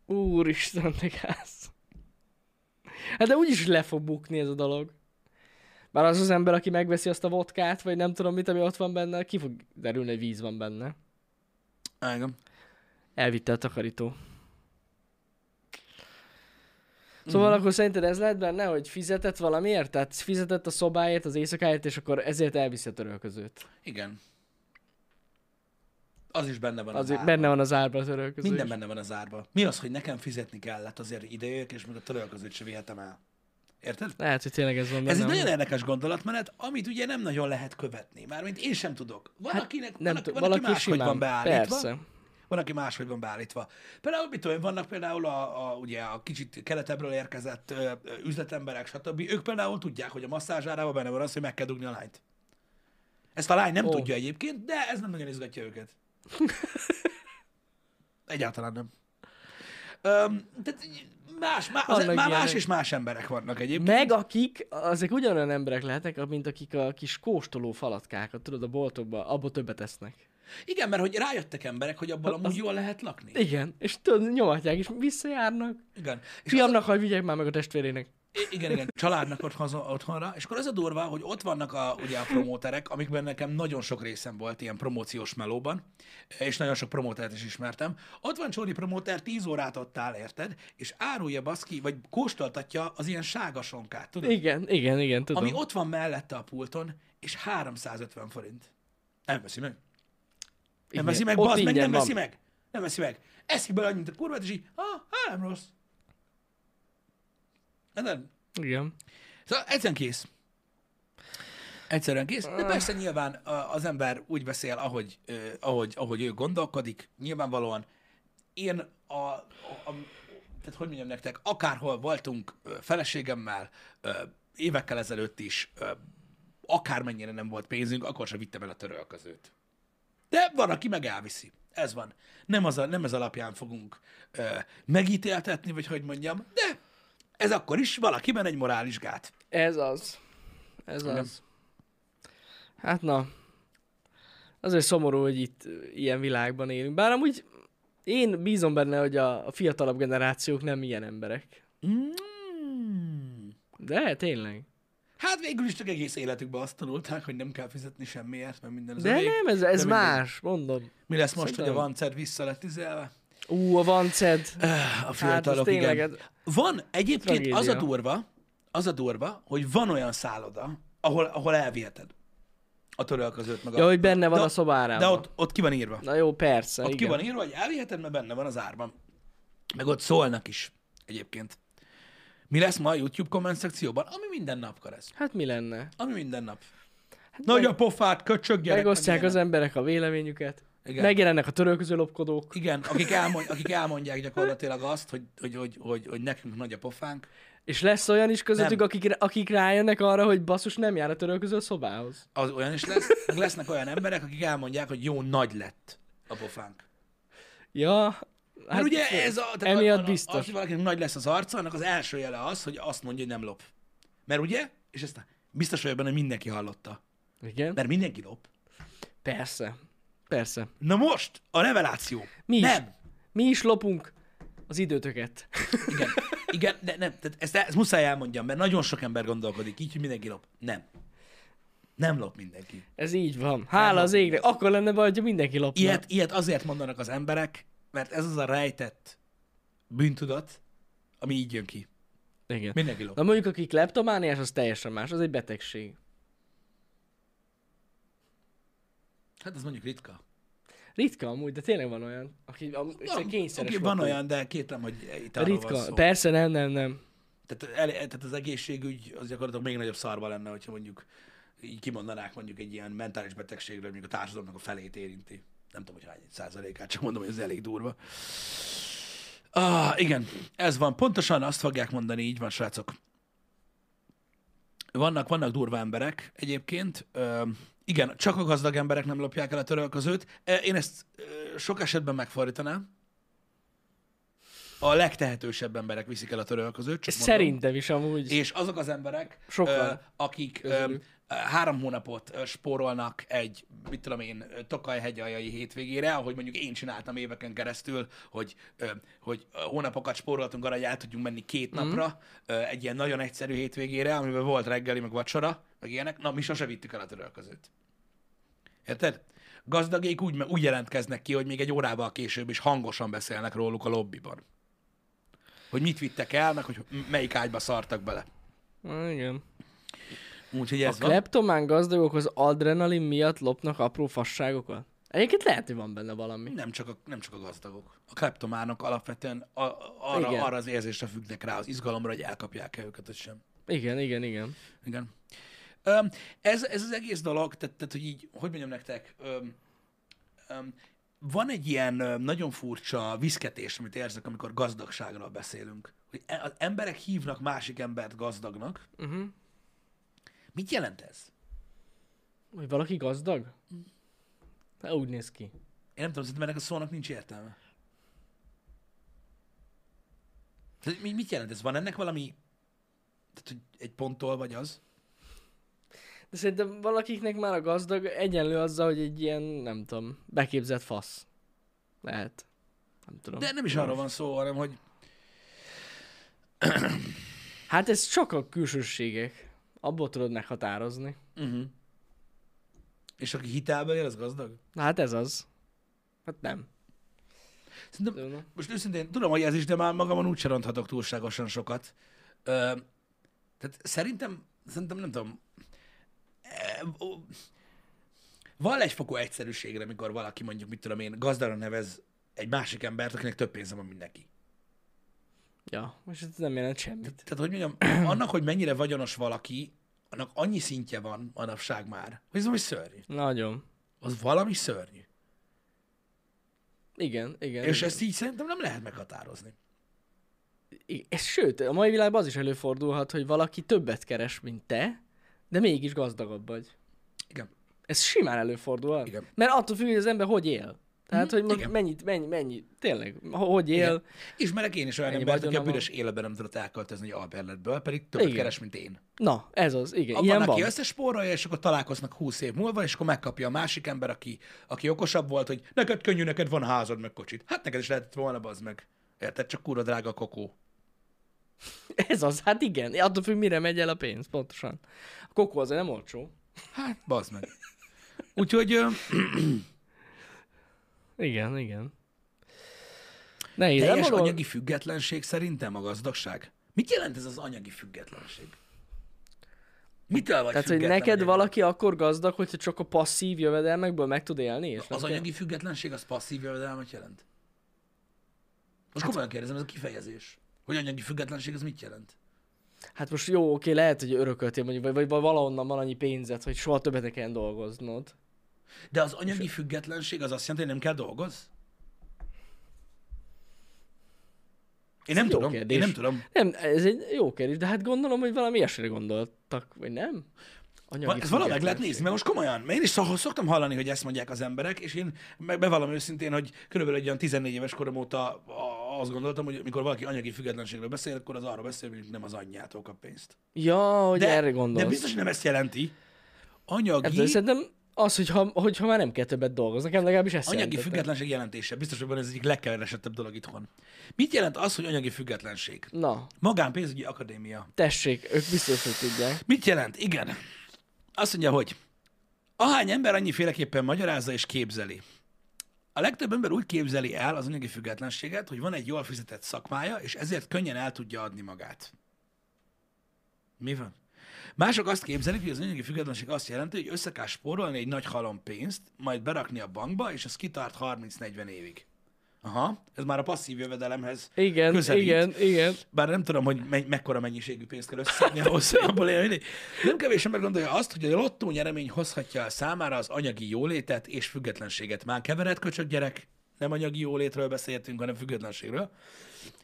Speaker 2: Úristen, de gáz. Hát de úgyis le fog bukni ez a dolog. Bár az az ember, aki megveszi azt a vodkát, vagy nem tudom mit, ami ott van benne, ki fog derülni, hogy víz van benne.
Speaker 1: Igen.
Speaker 2: Elvitte a takarító. Szóval
Speaker 1: Mhm.
Speaker 2: akkor szerinted ez lehet benne, hogy fizetett valamiért? Tehát fizetett a szobáért, az éjszakáért, és akkor ezért elviszi a törölközőt.
Speaker 1: Igen. Az is benne van az,
Speaker 2: Az
Speaker 1: árban.
Speaker 2: benne van az árban a törölköző.
Speaker 1: Minden
Speaker 2: is.
Speaker 1: benne van az árba. Mi az, hogy nekem fizetni kellett azért hogy ide jöjjek, és még a törölközőt se vihetem el. Érted?
Speaker 2: Lehet, hogy tényleg ez van benne.
Speaker 1: Ez egy
Speaker 2: amúgy.
Speaker 1: nagyon érdekes gondolatmenet, amit ugye nem nagyon lehet követni. Mármint én sem tudok. Van, hát, akinek,
Speaker 2: nem
Speaker 1: van,
Speaker 2: tud-
Speaker 1: van, valaki
Speaker 2: valaki
Speaker 1: máshogy
Speaker 2: simán,
Speaker 1: van beállítva.
Speaker 2: persze.
Speaker 1: Van, aki máshogy van beállítva. Például, mit tudom én, vannak például a, a, ugye a kicsit keletebbről érkezett ö, ö, üzletemberek, stb. Ők például tudják, hogy a masszázsárában benne van az, hogy meg kell dugni a lányt. Ezt a lány nem
Speaker 2: Ó.
Speaker 1: oh. tudja egyébként, de ez nem nagyon izgatja őket.
Speaker 2: *laughs*
Speaker 1: Egyáltalán nem. Öm, tehát így más, más, az,
Speaker 2: Vannak
Speaker 1: már más
Speaker 2: ilyenek.
Speaker 1: és más emberek vannak egyébként.
Speaker 2: Meg akik, azok ugyanolyan emberek lehetnek, mint akik a kis kóstoló falatkákat, tudod, a boltokba, abból többet esznek.
Speaker 1: Igen, mert hogy rájöttek emberek, hogy abból amúgy jól lehet lakni.
Speaker 2: Igen, és tudod, nyomatják, és visszajárnak.
Speaker 1: Igen. És
Speaker 2: Fiamnak, hogy vigyek már meg a testvérének.
Speaker 1: I- Igen, igen, családnak ott haza, otthonra, és akkor az a durva, hogy ott vannak a, ugye a promóterek, amikben nekem nagyon sok részem volt ilyen promóciós melóban, és nagyon sok promótert is ismertem. Ott van Csóri promóter, 10 órát ott áll, érted? És árulja baszki, vagy kóstoltatja az ilyen ságasonkát, tudod?
Speaker 2: Igen, igen, igen, tudom.
Speaker 1: Ami ott van mellette a pulton, és 350 forint. Nem veszi meg. Nem
Speaker 2: Igen,
Speaker 1: veszi meg,
Speaker 2: ott
Speaker 1: bazd meg,
Speaker 2: ingyen
Speaker 1: nem veszi
Speaker 2: van.
Speaker 1: meg. Nem veszi meg. Eszik bele annyit a kurvát, és így, ah, hát nem rossz. Hát nem,
Speaker 2: Igen.
Speaker 1: Szóval egyszerűen kész. Egyszerűen kész. De persze nyilván a- az ember úgy beszél, ahogy, ö, ahogy, ahogy ő gondolkodik. Nyilvánvalóan én a, a, a tehát hogy mondjam nektek, akárhol voltunk ö, feleségemmel, ö, évekkel ezelőtt is, ö, akármennyire nem volt pénzünk, akkor sem vittem el a törölközőt. De van, aki meg elviszi. Ez van. Nem, az a, nem ez alapján fogunk ö, megítéltetni, vagy hogy mondjam, de ez akkor is valakiben egy morális gát.
Speaker 2: Ez az. Ez az. Hát na, azért szomorú, hogy itt ö, ilyen világban élünk. Bár amúgy én bízom benne, hogy a a fiatalabb generációk nem ilyen emberek.
Speaker 1: Mm.
Speaker 2: De tényleg.
Speaker 1: Hát végül is csak egész életükben azt tanulták, hogy nem kell fizetni semmiért, mert minden az
Speaker 2: De
Speaker 1: övék.
Speaker 2: nem, ez, ez
Speaker 1: mindegy.
Speaker 2: más, mondom.
Speaker 1: Mi lesz most,
Speaker 2: Szerintem.
Speaker 1: hogy a Vancer vissza lett izelve?
Speaker 2: Ú, a vanced.
Speaker 1: A
Speaker 2: Hát az
Speaker 1: fiatalok, hát,
Speaker 2: tényleg,
Speaker 1: igen.
Speaker 2: ez-
Speaker 1: Van egyébként az a
Speaker 2: Tragédia.
Speaker 1: durva, az a durva, hogy van olyan szálloda, ahol, ahol elviheted a törölközőt meg
Speaker 2: ja,
Speaker 1: a...
Speaker 2: hogy benne van
Speaker 1: de,
Speaker 2: a szobárában.
Speaker 1: De ott, ott ki van írva.
Speaker 2: Na jó, persze,
Speaker 1: Ott ki
Speaker 2: igen.
Speaker 1: van írva, hogy elviheted, mert benne van az árban. Meg ott szólnak is egyébként. Mi lesz ma a YouTube komment szekcióban? Ami minden nap karesz.
Speaker 2: Hát mi lenne?
Speaker 1: Ami minden nap.
Speaker 2: Hát
Speaker 1: Nagy
Speaker 2: meg-
Speaker 1: a pofát, köcsög gyerek.
Speaker 2: Megosztják
Speaker 1: meg
Speaker 2: az emberek a véleményüket.
Speaker 1: Igen.
Speaker 2: Igen. Megjelennek a törölköző lopkodók.
Speaker 1: Igen, akik, elmond, akik elmondják gyakorlatilag azt, hogy, hogy, hogy, hogy, hogy nekünk nagy a pofánk.
Speaker 2: És lesz olyan is közöttük,
Speaker 1: Nem.
Speaker 2: akik, akik rájönnek arra, hogy basszus nem jár a törölköző a szobához.
Speaker 1: Az olyan is lesz. Meg lesznek olyan emberek, akik elmondják, hogy jó nagy lett a pofánk.
Speaker 2: Ja,
Speaker 1: Hát ugye ez a... tehát
Speaker 2: emiatt
Speaker 1: a- a-
Speaker 2: biztos.
Speaker 1: Az, hogy valakinek nagy lesz az arca, annak az első jele az, hogy azt mondja, hogy nem lop. Mert ugye, és ezt biztos vagyok benne, hogy mindenki hallotta.
Speaker 2: Igen?
Speaker 1: Mert mindenki lop.
Speaker 2: Persze. Persze.
Speaker 1: Na most, a reveláció.
Speaker 2: Mi is,
Speaker 1: Nem.
Speaker 2: mi is lopunk az időtöket.
Speaker 1: Igen, igen ne, nem. Tehát ezt, ezt muszáj elmondjam, mert nagyon sok ember gondolkodik így, hogy mindenki lop. Nem. Nem lop mindenki.
Speaker 2: Ez így van. Hála az égre. Akkor lenne baj, hogyha mindenki lopna.
Speaker 1: Ilyet, ilyet azért mondanak az emberek, mert ez az a rejtett bűntudat, ami így jön ki.
Speaker 2: Igen.
Speaker 1: Mindenki lop.
Speaker 2: Na mondjuk, aki kleptomániás, az teljesen más. Az egy betegség.
Speaker 1: Hát ez mondjuk ritka.
Speaker 2: Ritka amúgy, de tényleg van olyan, aki a,
Speaker 1: Van,
Speaker 2: kényszeres
Speaker 1: oké, van
Speaker 2: lopó.
Speaker 1: olyan, de kétlem, hogy itt arról van
Speaker 2: Ritka.
Speaker 1: szó.
Speaker 2: Persze, nem, nem, nem.
Speaker 1: Tehát, el, tehát az egészségügy az gyakorlatilag még nagyobb szarba lenne, hogyha mondjuk így kimondanák mondjuk egy ilyen mentális betegségről, hogy mondjuk a társadalomnak a felét érinti. Nem tudom, hogy hány százalékát, csak mondom, hogy ez elég durva. Ah, igen, ez van. Pontosan azt fogják mondani, így van, srácok. Vannak, vannak durva emberek egyébként. Ö, igen, csak a gazdag emberek nem lopják el a törölközőt. Ö, Én ezt ö, sok esetben megfordítanám. A legtehetősebb emberek viszik el a törölközőt. csak mondom.
Speaker 2: Szerintem is amúgy.
Speaker 1: És azok az emberek,
Speaker 2: Sokan.
Speaker 1: ö, akik ö,
Speaker 2: Közülük.
Speaker 1: ö, három hónapot ö, spórolnak egy, mit tudom én, ö, Tokaj-hegyaljai hétvégére, ahogy mondjuk én csináltam éveken keresztül, hogy, ö, hogy ö, hónapokat spóroltunk arra, hogy el tudjunk menni két
Speaker 2: Mhm.
Speaker 1: napra, ö, egy ilyen nagyon egyszerű hétvégére, amiben volt reggeli, meg vacsora, meg ilyenek. Na, mi sose vittük el a törölközőt. Érted? Gazdagék úgy, úgy jelentkeznek ki, hogy még egy órával később is hangosan beszélnek róluk a lobbiban. Hogy mit vittek el, meg hogy m- melyik ágyba szartak bele.
Speaker 2: Ah, igen.
Speaker 1: Úgyhogy ez
Speaker 2: A
Speaker 1: van.
Speaker 2: kleptomán gazdagok az adrenalin miatt lopnak apró fasságokat? Egyébként lehet, hogy van benne valami.
Speaker 1: Nem csak, a, nem csak a gazdagok. A kleptománok alapvetően a, arra,
Speaker 2: Igen.
Speaker 1: arra az érzésre függnek rá, az izgalomra, hogy elkapják-e őket, vagy sem.
Speaker 2: Igen, igen, igen.
Speaker 1: Igen. Öm, ez, ez az egész dolog, tehát, tehát hogy így, hogy mondjam nektek, öm, öm, van egy ilyen öm, nagyon furcsa viszketés, amit érzek, amikor gazdagságról beszélünk. Hogy e- az emberek hívnak másik embert gazdagnak.
Speaker 2: Uh-huh.
Speaker 1: Mit jelent ez?
Speaker 2: Hogy valaki gazdag? Hát úgy néz ki.
Speaker 1: Én nem tudom, szerintem ennek a szónak nincs értelme. Tehát mi, mit jelent ez? Van ennek valami... Tehát, hogy egy ponttól vagy az?
Speaker 2: De szerintem valakiknek már a gazdag egyenlő azzal, hogy egy ilyen, nem tudom, beképzett fasz. Lehet. Nem tudom.
Speaker 1: De nem is arról van szó, hanem, hogy...
Speaker 2: Hát ez csak a külsőségek. Abból tudod meghatározni.
Speaker 1: Uh-huh. És aki hitelből él, az gazdag?
Speaker 2: Na Hát ez az. Hát nem.
Speaker 1: Szerintem,
Speaker 2: Tudom.
Speaker 1: most őszintén tudom, hogy ez is, de már magamon úgy se ronthatok túlságosan sokat. Ö, tehát szerintem, szerintem nem tudom, E, ó, van egy fokú egyszerűségre, amikor valaki mondjuk, mit tudom én, gazdára nevez egy másik embert, akinek több pénze van, mint neki.
Speaker 2: Ja, most ez nem jelent semmit.
Speaker 1: Tehát, hogy mondjam, *clears throat* annak, hogy mennyire vagyonos valaki, annak annyi szintje van manapság már, hogy ez valami szörnyű.
Speaker 2: Nagyon.
Speaker 1: Az valami szörnyű.
Speaker 2: Igen, igen.
Speaker 1: És
Speaker 2: igen.
Speaker 1: ezt így szerintem nem lehet meghatározni.
Speaker 2: I- És sőt, a mai világban az is előfordulhat, hogy valaki többet keres, mint te, de mégis gazdagabb vagy.
Speaker 1: Igen.
Speaker 2: Ez simán előfordulhat.
Speaker 1: Igen. Mhm.
Speaker 2: Mert attól függ, hogy az ember hogy él. Tehát, hogy most
Speaker 1: igen.
Speaker 2: mennyit, mennyi, mennyi, tényleg, hogy él,
Speaker 1: Igen. Ismerek én is olyan
Speaker 2: Mennyi
Speaker 1: embert, aki a
Speaker 2: vagyona
Speaker 1: büdös életben nem tudott elköltözni egy alberletből, pedig többet
Speaker 2: Igen.
Speaker 1: keres, mint én.
Speaker 2: na, ez az, igen,
Speaker 1: Abban,
Speaker 2: ilyen
Speaker 1: aki
Speaker 2: van.
Speaker 1: összespórolja, és akkor találkoznak 20 év múlva, és akkor megkapja a másik ember, aki, aki okosabb volt, hogy neked könnyű, neked van házad, meg kocsit. Hát neked is lehetett volna, bazd meg. Érted? Csak kurva drága a kokó.
Speaker 2: *laughs* Ez az, hát igen, attól függ, mire megy el a pénz, pontosan. A kokó azért nem olcsó.
Speaker 1: Hát, bazd
Speaker 2: *laughs*
Speaker 1: meg. Úgyhogy ö,
Speaker 2: Igen, igen. Nehéz, de
Speaker 1: teljes
Speaker 2: valahol-
Speaker 1: anyagi függetlenség szerintem a gazdagság. Mit jelent ez az anyagi függetlenség? Mitől vagy
Speaker 2: Tehát, hogy
Speaker 1: független
Speaker 2: neked
Speaker 1: anyagi-
Speaker 2: valaki akkor gazdag, hogyha csak a passzív jövedelmekből meg tud élni, és nem
Speaker 1: Az
Speaker 2: kell-
Speaker 1: anyagi függetlenség az passzív jövedelmet jelent? Most
Speaker 2: Hát-
Speaker 1: komolyan kérdezem, ez a kifejezés. Hogy anyagi függetlenség, ez mit jelent?
Speaker 2: Hát most jó, oké, lehet, hogy örököltél mondjuk, vagy, vagy, vagy valahonnan van annyi pénzed, hogy soha többet ne kelljen dolgoznod.
Speaker 1: De az anyagi függetlenség az azt jelenti, hogy nem kell dolgoz? Én nem
Speaker 2: egy jó
Speaker 1: tudom,
Speaker 2: kérdés.
Speaker 1: én nem tudom.
Speaker 2: Nem, ez egy jó kérdés, de hát gondolom, hogy valami ilyesmire gondoltak, vagy nem? Anyagi
Speaker 1: Va- Ezt valahogy meg lehet
Speaker 2: függetlenség.
Speaker 1: nézni, mert most komolyan. Mert én is szok- szoktam hallani, hogy ezt mondják az emberek, és én meg bevallom őszintén, hogy körülbelül egy olyan 14 éves korom óta a- azt gondoltam, hogy amikor valaki anyagi függetlenségről beszél, akkor az arra beszél, hogy nem az anyjától kap pénzt.
Speaker 2: Ja, hogy
Speaker 1: De,
Speaker 2: de, erre gondolsz.
Speaker 1: de biztos, hogy nem ezt jelenti.
Speaker 2: Hát, de
Speaker 1: Anyagi
Speaker 2: szerintem az, hogyha, hogyha már nem kell többet dolgozni, nekem legalábbis ezt
Speaker 1: Anyagi
Speaker 2: jelentette.
Speaker 1: függetlenség jelentése. Biztos, hogy van ez egyik legkevesettebb dolog itthon. Mit jelent az, hogy anyagi függetlenség?
Speaker 2: Na,
Speaker 1: Magánpénzügyi akadémia.
Speaker 2: tessék, ők biztos, hogy tudják.
Speaker 1: Mit jelent? Igen. Azt mondja, hogy ahány ember annyiféleképpen magyarázza és képzeli. A legtöbb ember úgy képzeli el az anyagi függetlenséget, hogy van egy jól fizetett szakmája, és ezért könnyen el tudja adni magát. Mi van? Mások azt képzelik, hogy az anyagi függetlenség azt jelenti, hogy össze kell spórolni egy nagy halom pénzt, majd berakni a bankba, és az kitart 30-40 évig. Aha, ez már a passzív jövedelemhez
Speaker 2: Igen,
Speaker 1: közelít.
Speaker 2: igen, igen.
Speaker 1: Bár nem tudom, hogy me- mekkora mennyiségű pénzt kell összeszedni ahhoz, hogy abból élni. Nem kevés ember gondolja azt, hogy a lottó nyeremény hozhatja el számára az anyagi jólétet és függetlenséget. Már kevered köcsög gyerek, nem anyagi jólétről beszéltünk, hanem függetlenségről.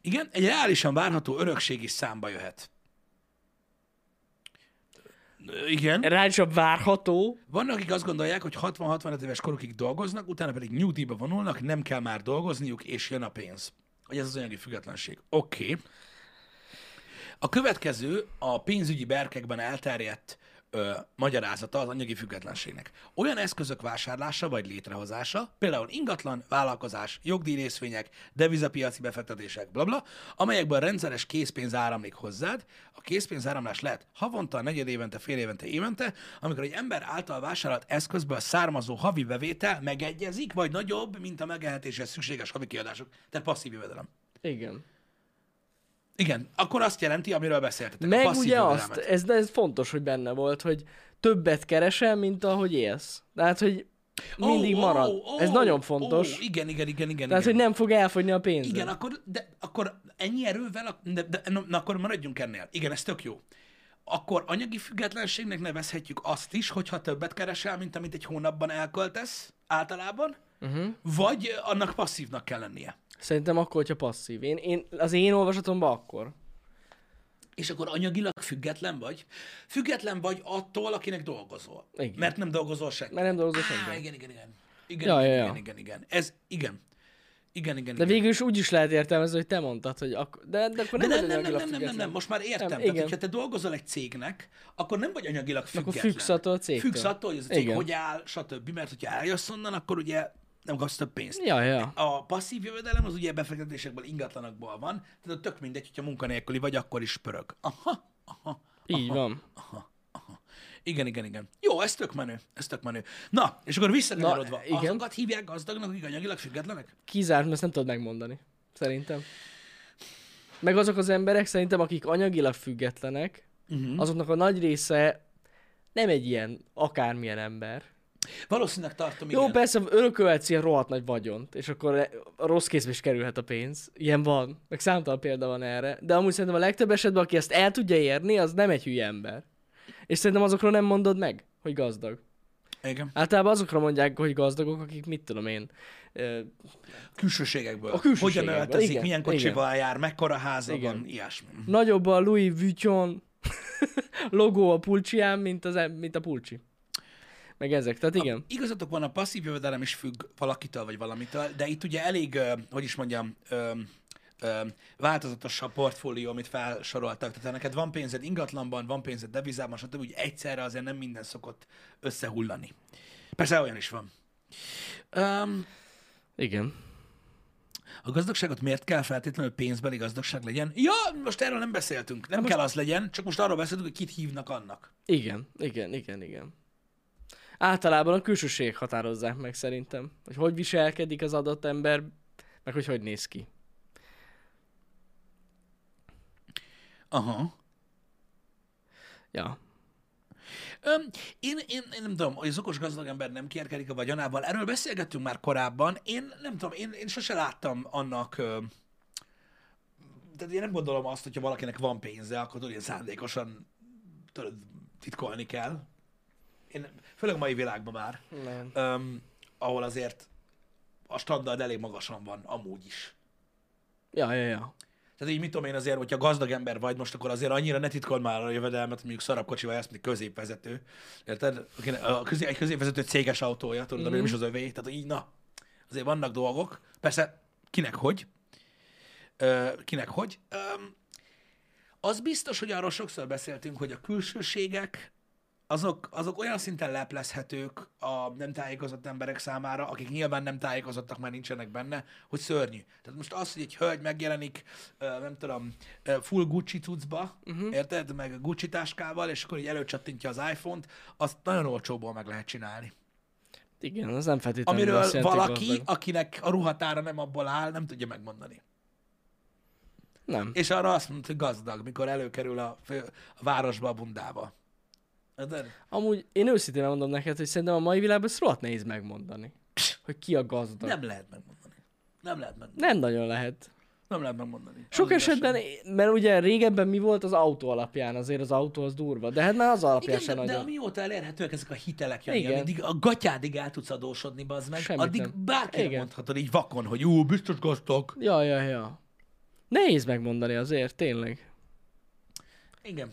Speaker 1: Igen, egy reálisan várható örökség is számba jöhet. Ö, Igen.
Speaker 2: Rá is a várható.
Speaker 1: Vannak, akik azt gondolják, hogy 60-65 éves korukig dolgoznak, utána pedig nyugdíjba vonulnak, nem kell már dolgozniuk, és jön a pénz. Hogy ez az anyagi függetlenség. Oké. Okay. A következő a pénzügyi berkekben elterjedt ö, magyarázata az anyagi függetlenségnek. Olyan eszközök vásárlása vagy létrehozása, például ingatlan, vállalkozás, jogdíjrészvények, devizapiaci befektetések, blabla, amelyekben rendszeres készpénz áramlik hozzád. A készpénzáramlás lehet havonta, negyed évente, fél évente, évente, amikor egy ember által vásárolt eszközből származó havi bevétel megegyezik, vagy nagyobb, mint a megehetéshez szükséges havi kiadások. Tehát passzív jövedelem.
Speaker 2: Igen.
Speaker 1: Igen, akkor azt jelenti, amiről beszéltetek. a
Speaker 2: Meg
Speaker 1: passzív
Speaker 2: ugye
Speaker 1: jövedelmet.
Speaker 2: azt, ez, de ez fontos, hogy benne volt, hogy többet keresel, mint ahogy élsz. Tehát, hogy mindig
Speaker 1: Ó,
Speaker 2: oh,
Speaker 1: ó,
Speaker 2: marad.
Speaker 1: ó,
Speaker 2: Oh, ez nagyon
Speaker 1: Ó,
Speaker 2: fontos. Oh,
Speaker 1: igen, igen, igen, igen.
Speaker 2: tehát,
Speaker 1: igen.
Speaker 2: hogy nem fog elfogyni a pénz.
Speaker 1: Igen, akkor, de, akkor ennyi erővel, ak- de, de, na, na, akkor maradjunk ennél. Igen, ez tök jó. Akkor anyagi függetlenségnek nevezhetjük azt is, hogyha többet keresel, mint amit egy hónapban elköltesz általában,
Speaker 2: Mhm.
Speaker 1: uh-huh. vagy ö, annak passzívnak kell lennie.
Speaker 2: Szerintem akkor, hogyha passzív. Én, én, az én olvasatomban akkor.
Speaker 1: És akkor anyagilag független vagy? Független vagy attól, akinek dolgozol.
Speaker 2: Igen.
Speaker 1: Mert nem dolgozol senki.
Speaker 2: Mert nem dolgozol
Speaker 1: Á,
Speaker 2: senki.
Speaker 1: igen, igen, igen. Igen,
Speaker 2: Ja,
Speaker 1: igen,
Speaker 2: ja, ja.
Speaker 1: igen, igen, igen. Ez, igen. Igen, igen,
Speaker 2: De
Speaker 1: igen.
Speaker 2: végül is úgy is lehet értelmezni, hogy te mondtad, hogy ak- de, de akkor
Speaker 1: De
Speaker 2: nem
Speaker 1: nem,
Speaker 2: vagy
Speaker 1: nem, nem,
Speaker 2: anyagilag
Speaker 1: nem, nem, nem,
Speaker 2: független.
Speaker 1: nem, most már értem.
Speaker 2: Nem,
Speaker 1: Nem, Tehát,
Speaker 2: igen.
Speaker 1: hogyha te dolgozol egy cégnek, akkor nem vagy anyagilag független.
Speaker 2: függsz attól a cégtől.
Speaker 1: Függsz attól, hogy ez a cég
Speaker 2: Igen.
Speaker 1: hogy áll, stb. Mert hogyha eljössz onnan, akkor ugye nem kapsz több pénzt.
Speaker 2: Ja, ja.
Speaker 1: A passzív jövedelem az ugye befektetésekből, ingatlanokból van, tehát ott tök mindegy, hogyha munkanélküli vagy, akkor is pörög. Aha, aha.
Speaker 2: Így van.
Speaker 1: Igen, igen, igen. Jó, ez tök menő, ez tök menő. Na, és akkor visszakanyarodva,
Speaker 2: Na, igen.
Speaker 1: azokat hívják gazdagnak, akik anyagilag függetlenek?
Speaker 2: Kizárt, mert ezt nem tudod megmondani. Szerintem. Meg azok az emberek szerintem, akik anyagilag függetlenek, uh-huh. azoknak a nagy része nem egy ilyen akármilyen ember.
Speaker 1: Valószínűleg tartom,
Speaker 2: Jó,
Speaker 1: igen.
Speaker 2: Igen. persze örökölhetsz ilyen rohadt nagy vagyont, és akkor le- a rossz kézbe is kerülhet a pénz. Ilyen van. Meg számtalan példa van erre. De amúgy szerintem a legtöbb esetben, aki ezt el tudja érni, az nem egy hülye ember. És szerintem azokról nem mondod meg, hogy gazdag.
Speaker 1: igen.
Speaker 2: Általában azokra mondják, hogy gazdagok, akik mit tudom én. ö,
Speaker 1: Külsőségekből.
Speaker 2: A külsőségekből,
Speaker 1: Hogyan öltözik,
Speaker 2: igen,
Speaker 1: milyen kocsival jár, mekkora háza
Speaker 2: Igen.
Speaker 1: van, ilyesmi.
Speaker 2: Nagyobb a *laughs* Louis Vuitton logó a pulcsián, mint, az, em- mint a pulcsi. meg ezek. Tehát igen.
Speaker 1: Igazatok van, a passzív jövedelem is függ valakitől vagy valamitől, de itt ugye elég, ö, hogy is mondjam, ö, ö, változatos a portfólió, amit felsoroltak. Tehát ha neked van pénzed ingatlanban, van pénzed devizában, stb. Úgy egyszerre azért nem minden szokott összehullani. Persze olyan is van. Öm,
Speaker 2: Igen.
Speaker 1: a gazdagságot miért kell feltétlenül pénzbeli gazdagság legyen? Ja, most erről nem beszéltünk. Nem kell az legyen, csak most arról beszéltünk, hogy kit hívnak annak.
Speaker 2: Igen, igen, igen, igen. Általában a külsőség határozzák meg szerintem, hogy hogy viselkedik az adott ember, meg hogy hogy néz ki.
Speaker 1: Aha.
Speaker 2: Ja.
Speaker 1: Öm, én, én, én nem tudom, hogy az okos gazdag ember nem kérkedik a vagyonával. Erről beszélgettünk már korábban. Én nem tudom, én, én sose láttam annak... Ö, tehát én nem gondolom azt, hogyha valakinek van pénze, akkor tudod, ilyen szándékosan tudod, titkolni kell. Én, főleg mai világban már,
Speaker 2: Nem.
Speaker 1: öm, ahol azért a standard elég magasan van amúgy is.
Speaker 2: Ja, ja, ja.
Speaker 1: Tehát így mit tudom én azért, hogyha gazdag ember vagy most, akkor azért annyira ne titkold már a jövedelmet, hogy mondjuk szarabb kocsival jársz, mint középvezető. Érted? Akinek- A közé, egy középvezető céges autója, tudod, ami nem is az övé. Tehát így, na, azért vannak dolgok. Persze, kinek hogy? Ö, kinek hogy? Öm, az biztos, hogy arról sokszor beszéltünk, hogy a külsőségek azok, azok olyan szinten leplezhetők a nem tájékozott emberek számára, akik nyilván nem tájékozottak, már nincsenek benne, hogy szörnyű. Tehát most az, hogy egy hölgy megjelenik, ö, nem tudom, ö, full Gucci cuccba, uh-huh. érted, meg a Gucci táskával, és akkor így előcsattintja az iPhone-t, azt nagyon olcsóból meg lehet csinálni.
Speaker 2: Igen, az nem feltétlenül
Speaker 1: Amiről
Speaker 2: azt jelenti,
Speaker 1: valaki,
Speaker 2: gazdag.
Speaker 1: akinek a ruhatára nem abból áll, nem tudja megmondani.
Speaker 2: Nem.
Speaker 1: És arra azt mondta, hogy gazdag, mikor előkerül a, fő, a városba a bundába. Érted?
Speaker 2: Amúgy én őszintén mondom neked, hogy szerintem a mai világban ezt rohadt nehéz megmondani, hogy ki a gazdag. Nem,
Speaker 1: Nem lehet megmondani. Nem lehet megmondani.
Speaker 2: nem nagyon lehet.
Speaker 1: Nem lehet megmondani.
Speaker 2: Sok
Speaker 1: Az
Speaker 2: esetben, mert ugye régebben mi volt az autó alapján, azért az autó az durva, de hát már az alapján
Speaker 1: Igen,
Speaker 2: se
Speaker 1: de, de
Speaker 2: nagyon.
Speaker 1: amióta elérhetőek ezek a hitelek, Jani,
Speaker 2: Igen.
Speaker 1: amíg a gatyádig el tudsz adósodni, az meg,
Speaker 2: Semmit
Speaker 1: addig
Speaker 2: nem.
Speaker 1: bárkire
Speaker 2: Igen.
Speaker 1: mondhatod így vakon, hogy jó, biztos gazdag.
Speaker 2: Ja, ja, ja. Nehéz megmondani azért, tényleg.
Speaker 1: Igen.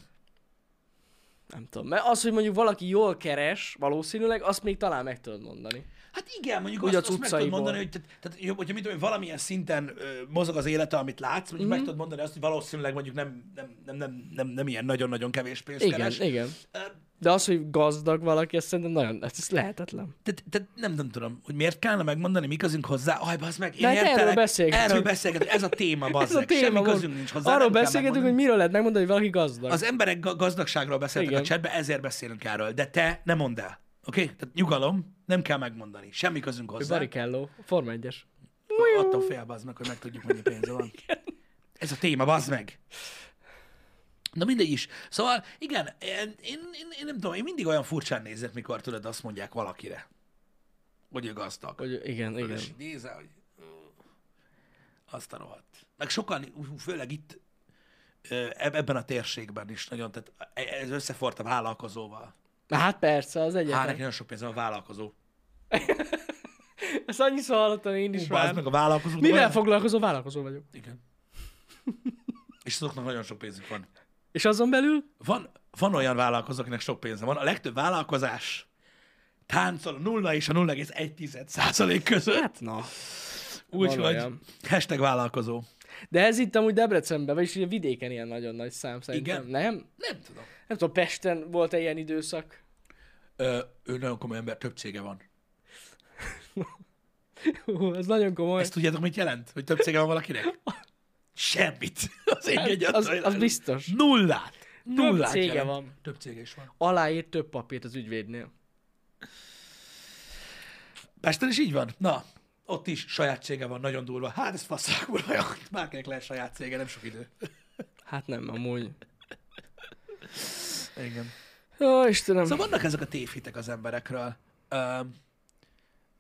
Speaker 2: Nem tudom. Mert az, hogy mondjuk valaki jól keres, valószínűleg, azt még talán meg tudod mondani.
Speaker 1: Hát igen, mondjuk
Speaker 2: Úgy
Speaker 1: Úgy
Speaker 2: a
Speaker 1: azt, azt meg tudod
Speaker 2: cuccaiból.
Speaker 1: mondani, hogy, tehát, tehát, jó, hogyha mit tudom, én, valamilyen szinten ö, mozog az élete, amit látsz, mondjuk mm.
Speaker 2: Mhm.
Speaker 1: meg tudod mondani azt, hogy valószínűleg mondjuk nem, nem, nem, nem, nem, nem ilyen nagyon-nagyon kevés pénzt
Speaker 2: Igen,
Speaker 1: keres.
Speaker 2: igen.
Speaker 1: Ö,
Speaker 2: De az, hogy gazdag valaki, azt szerintem nagyon, ez, ez lehetetlen.
Speaker 1: Tehát, tehát nem, nem tudom, hogy miért kellene megmondani, mi közünk hozzá. Aj, bazd meg, én
Speaker 2: De hát erről
Speaker 1: értelek,
Speaker 2: beszélgetünk.
Speaker 1: Erről beszélgetünk, ez a téma, bazd
Speaker 2: *laughs* Ez a
Speaker 1: meg.
Speaker 2: téma
Speaker 1: Semmi
Speaker 2: volt.
Speaker 1: közünk nincs hozzá.
Speaker 2: Arról
Speaker 1: nem kell
Speaker 2: beszélgetünk, hogy
Speaker 1: megmondani.
Speaker 2: miről lehet megmondani, hogy valaki gazdag.
Speaker 1: Az emberek ga- gazdagságról beszéltek
Speaker 2: Igen.
Speaker 1: a chatbe, ezért beszélünk erről. De te ne mondd el. Oké? Okay? Tehát nyugalom, nem kell megmondani. Semmi közünk
Speaker 2: Hogy
Speaker 1: hozzá.
Speaker 2: Barrichello, Forma 1-es.
Speaker 1: Attól fél, bazd meg, hogy megtudjuk, mennyi pénze van. Ez a téma, bazd meg. Na mindegy is. Szóval, igen, én, én, én, én nem tudom, én mindig olyan furcsán nézek, mikor tudod, azt mondják valakire, hogy ő gazdag.
Speaker 2: Hogy igen, igen.
Speaker 1: És így nézel, hogy ö, azt a rohadt. Meg sokan, ú, főleg itt, ö, eb- ebben a térségben is nagyon, tehát e- ez összefort a vállalkozóval.
Speaker 2: Hát persze, az
Speaker 1: Hát
Speaker 2: egyetlen.
Speaker 1: neki nagyon sok pénze van a vállalkozó.
Speaker 2: Ezt annyiszor hallottam én is
Speaker 1: Ú, bazd
Speaker 2: már.
Speaker 1: meg a vállalkozó.
Speaker 2: Mivel foglalkozó vállalkozó vagyok.
Speaker 1: Igen. *laughs* És azoknak nagyon sok pénzük van.
Speaker 2: És azon belül?
Speaker 1: Van, van olyan vállalkozó, akinek sok pénze van. A legtöbb vállalkozás táncol a 0 és a 0,1 százalék között.
Speaker 2: Hát na.
Speaker 1: Úgyhogy
Speaker 2: olyan.
Speaker 1: hashtag vállalkozó.
Speaker 2: De ez itt amúgy Debrecenben, vagyis ugye vidéken ilyen nagyon nagy szám szerintem.
Speaker 1: Igen.
Speaker 2: Nem?
Speaker 1: Nem tudom.
Speaker 2: Nem tudom, Pesten volt-e ilyen időszak?
Speaker 1: Ö, ő nagyon komoly ember, több cége van.
Speaker 2: Hú, ez nagyon komoly.
Speaker 1: Ezt tudjátok, mit jelent? Hogy több cége van valakinek? Semmit. *laughs* Az ég egy
Speaker 2: Hát, az, az biztos.
Speaker 1: Nullát. Nullát
Speaker 2: cége
Speaker 1: jelent.
Speaker 2: van.
Speaker 1: Több cége is van.
Speaker 2: Aláír több papírt az ügyvédnél.
Speaker 1: Pesten is így van? Na, ott is saját cége van, nagyon durva. Hát ez faszák, *laughs* uraja. Bárkinek lehet saját cége, nem sok idő.
Speaker 2: Hát nem, amúgy.
Speaker 1: Igen.
Speaker 2: Ó, Istenem.
Speaker 1: Szóval vannak ezek a tévhitek az emberekről. Öm,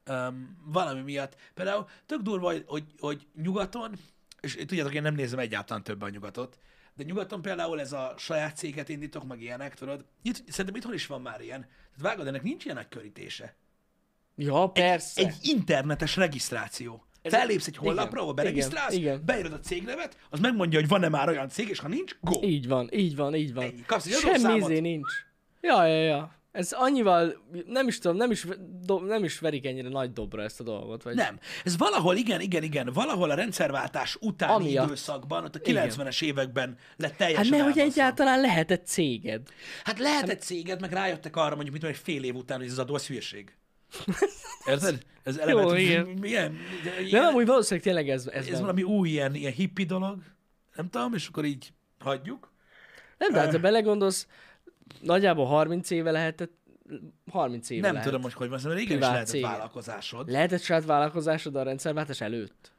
Speaker 1: öm, valami miatt. Például tök durva, hogy, hogy, hogy nyugaton, és tudjátok, én nem nézem egyáltalán többen a nyugatot, de nyugaton például ez a saját céget indítok, meg ilyenek, tudod? Itt, szerintem itthon is van már ilyen. Tehát vágod, ennek nincs ilyen nagy körítése.
Speaker 2: Ja, persze.
Speaker 1: Egy internetes regisztráció. Felépsz egy honlapra,
Speaker 2: igen,
Speaker 1: ahol beregisztrálsz,
Speaker 2: igen, igen.
Speaker 1: beírod a cégnevet, az megmondja, hogy van-e már olyan cég, és ha nincs, go!
Speaker 2: Így van, így van, így van.
Speaker 1: Ennyi. Kapsz egy
Speaker 2: Semmi
Speaker 1: adószámot.
Speaker 2: izé nincs. Ja, ja, ja. Ez annyival, nem is tudom, nem is, do, nem is verik ennyire nagy dobra ezt a dolgot. Vagy... Hát
Speaker 1: Nem. Ez valahol, igen, igen, igen, valahol a rendszerváltás utáni
Speaker 2: Amiatt.
Speaker 1: időszakban, ott a
Speaker 2: Igen.
Speaker 1: 90-es években lett
Speaker 2: Hát
Speaker 1: teljesen
Speaker 2: mert hogy
Speaker 1: elbaszva.
Speaker 2: egyáltalán lehetett céged.
Speaker 1: Hát lehetett céged, meg rájöttek arra, mondjuk, mit tudom, egy fél év után, hogy ez az adó, ez
Speaker 2: *laughs*
Speaker 1: hülyeség. Érted? Ez elemet,
Speaker 2: igen.
Speaker 1: Milyen, de
Speaker 2: De
Speaker 1: ilyen,
Speaker 2: nem, úgy valószínűleg tényleg ez, ez,
Speaker 1: ez
Speaker 2: van.
Speaker 1: valami új ilyen, ilyen hippi dolog, nem tudom, és akkor így hagyjuk.
Speaker 2: Nem, de hát ha belegondolsz, nagyjából 30 éve lehetett, 30 éve
Speaker 1: nem
Speaker 2: lehet.
Speaker 1: tudom, hogy hogy van, mert igen, is
Speaker 2: Privát
Speaker 1: lehetett
Speaker 2: céged.
Speaker 1: vállalkozásod.
Speaker 2: Lehetett saját vállalkozásod a rendszerváltás előtt?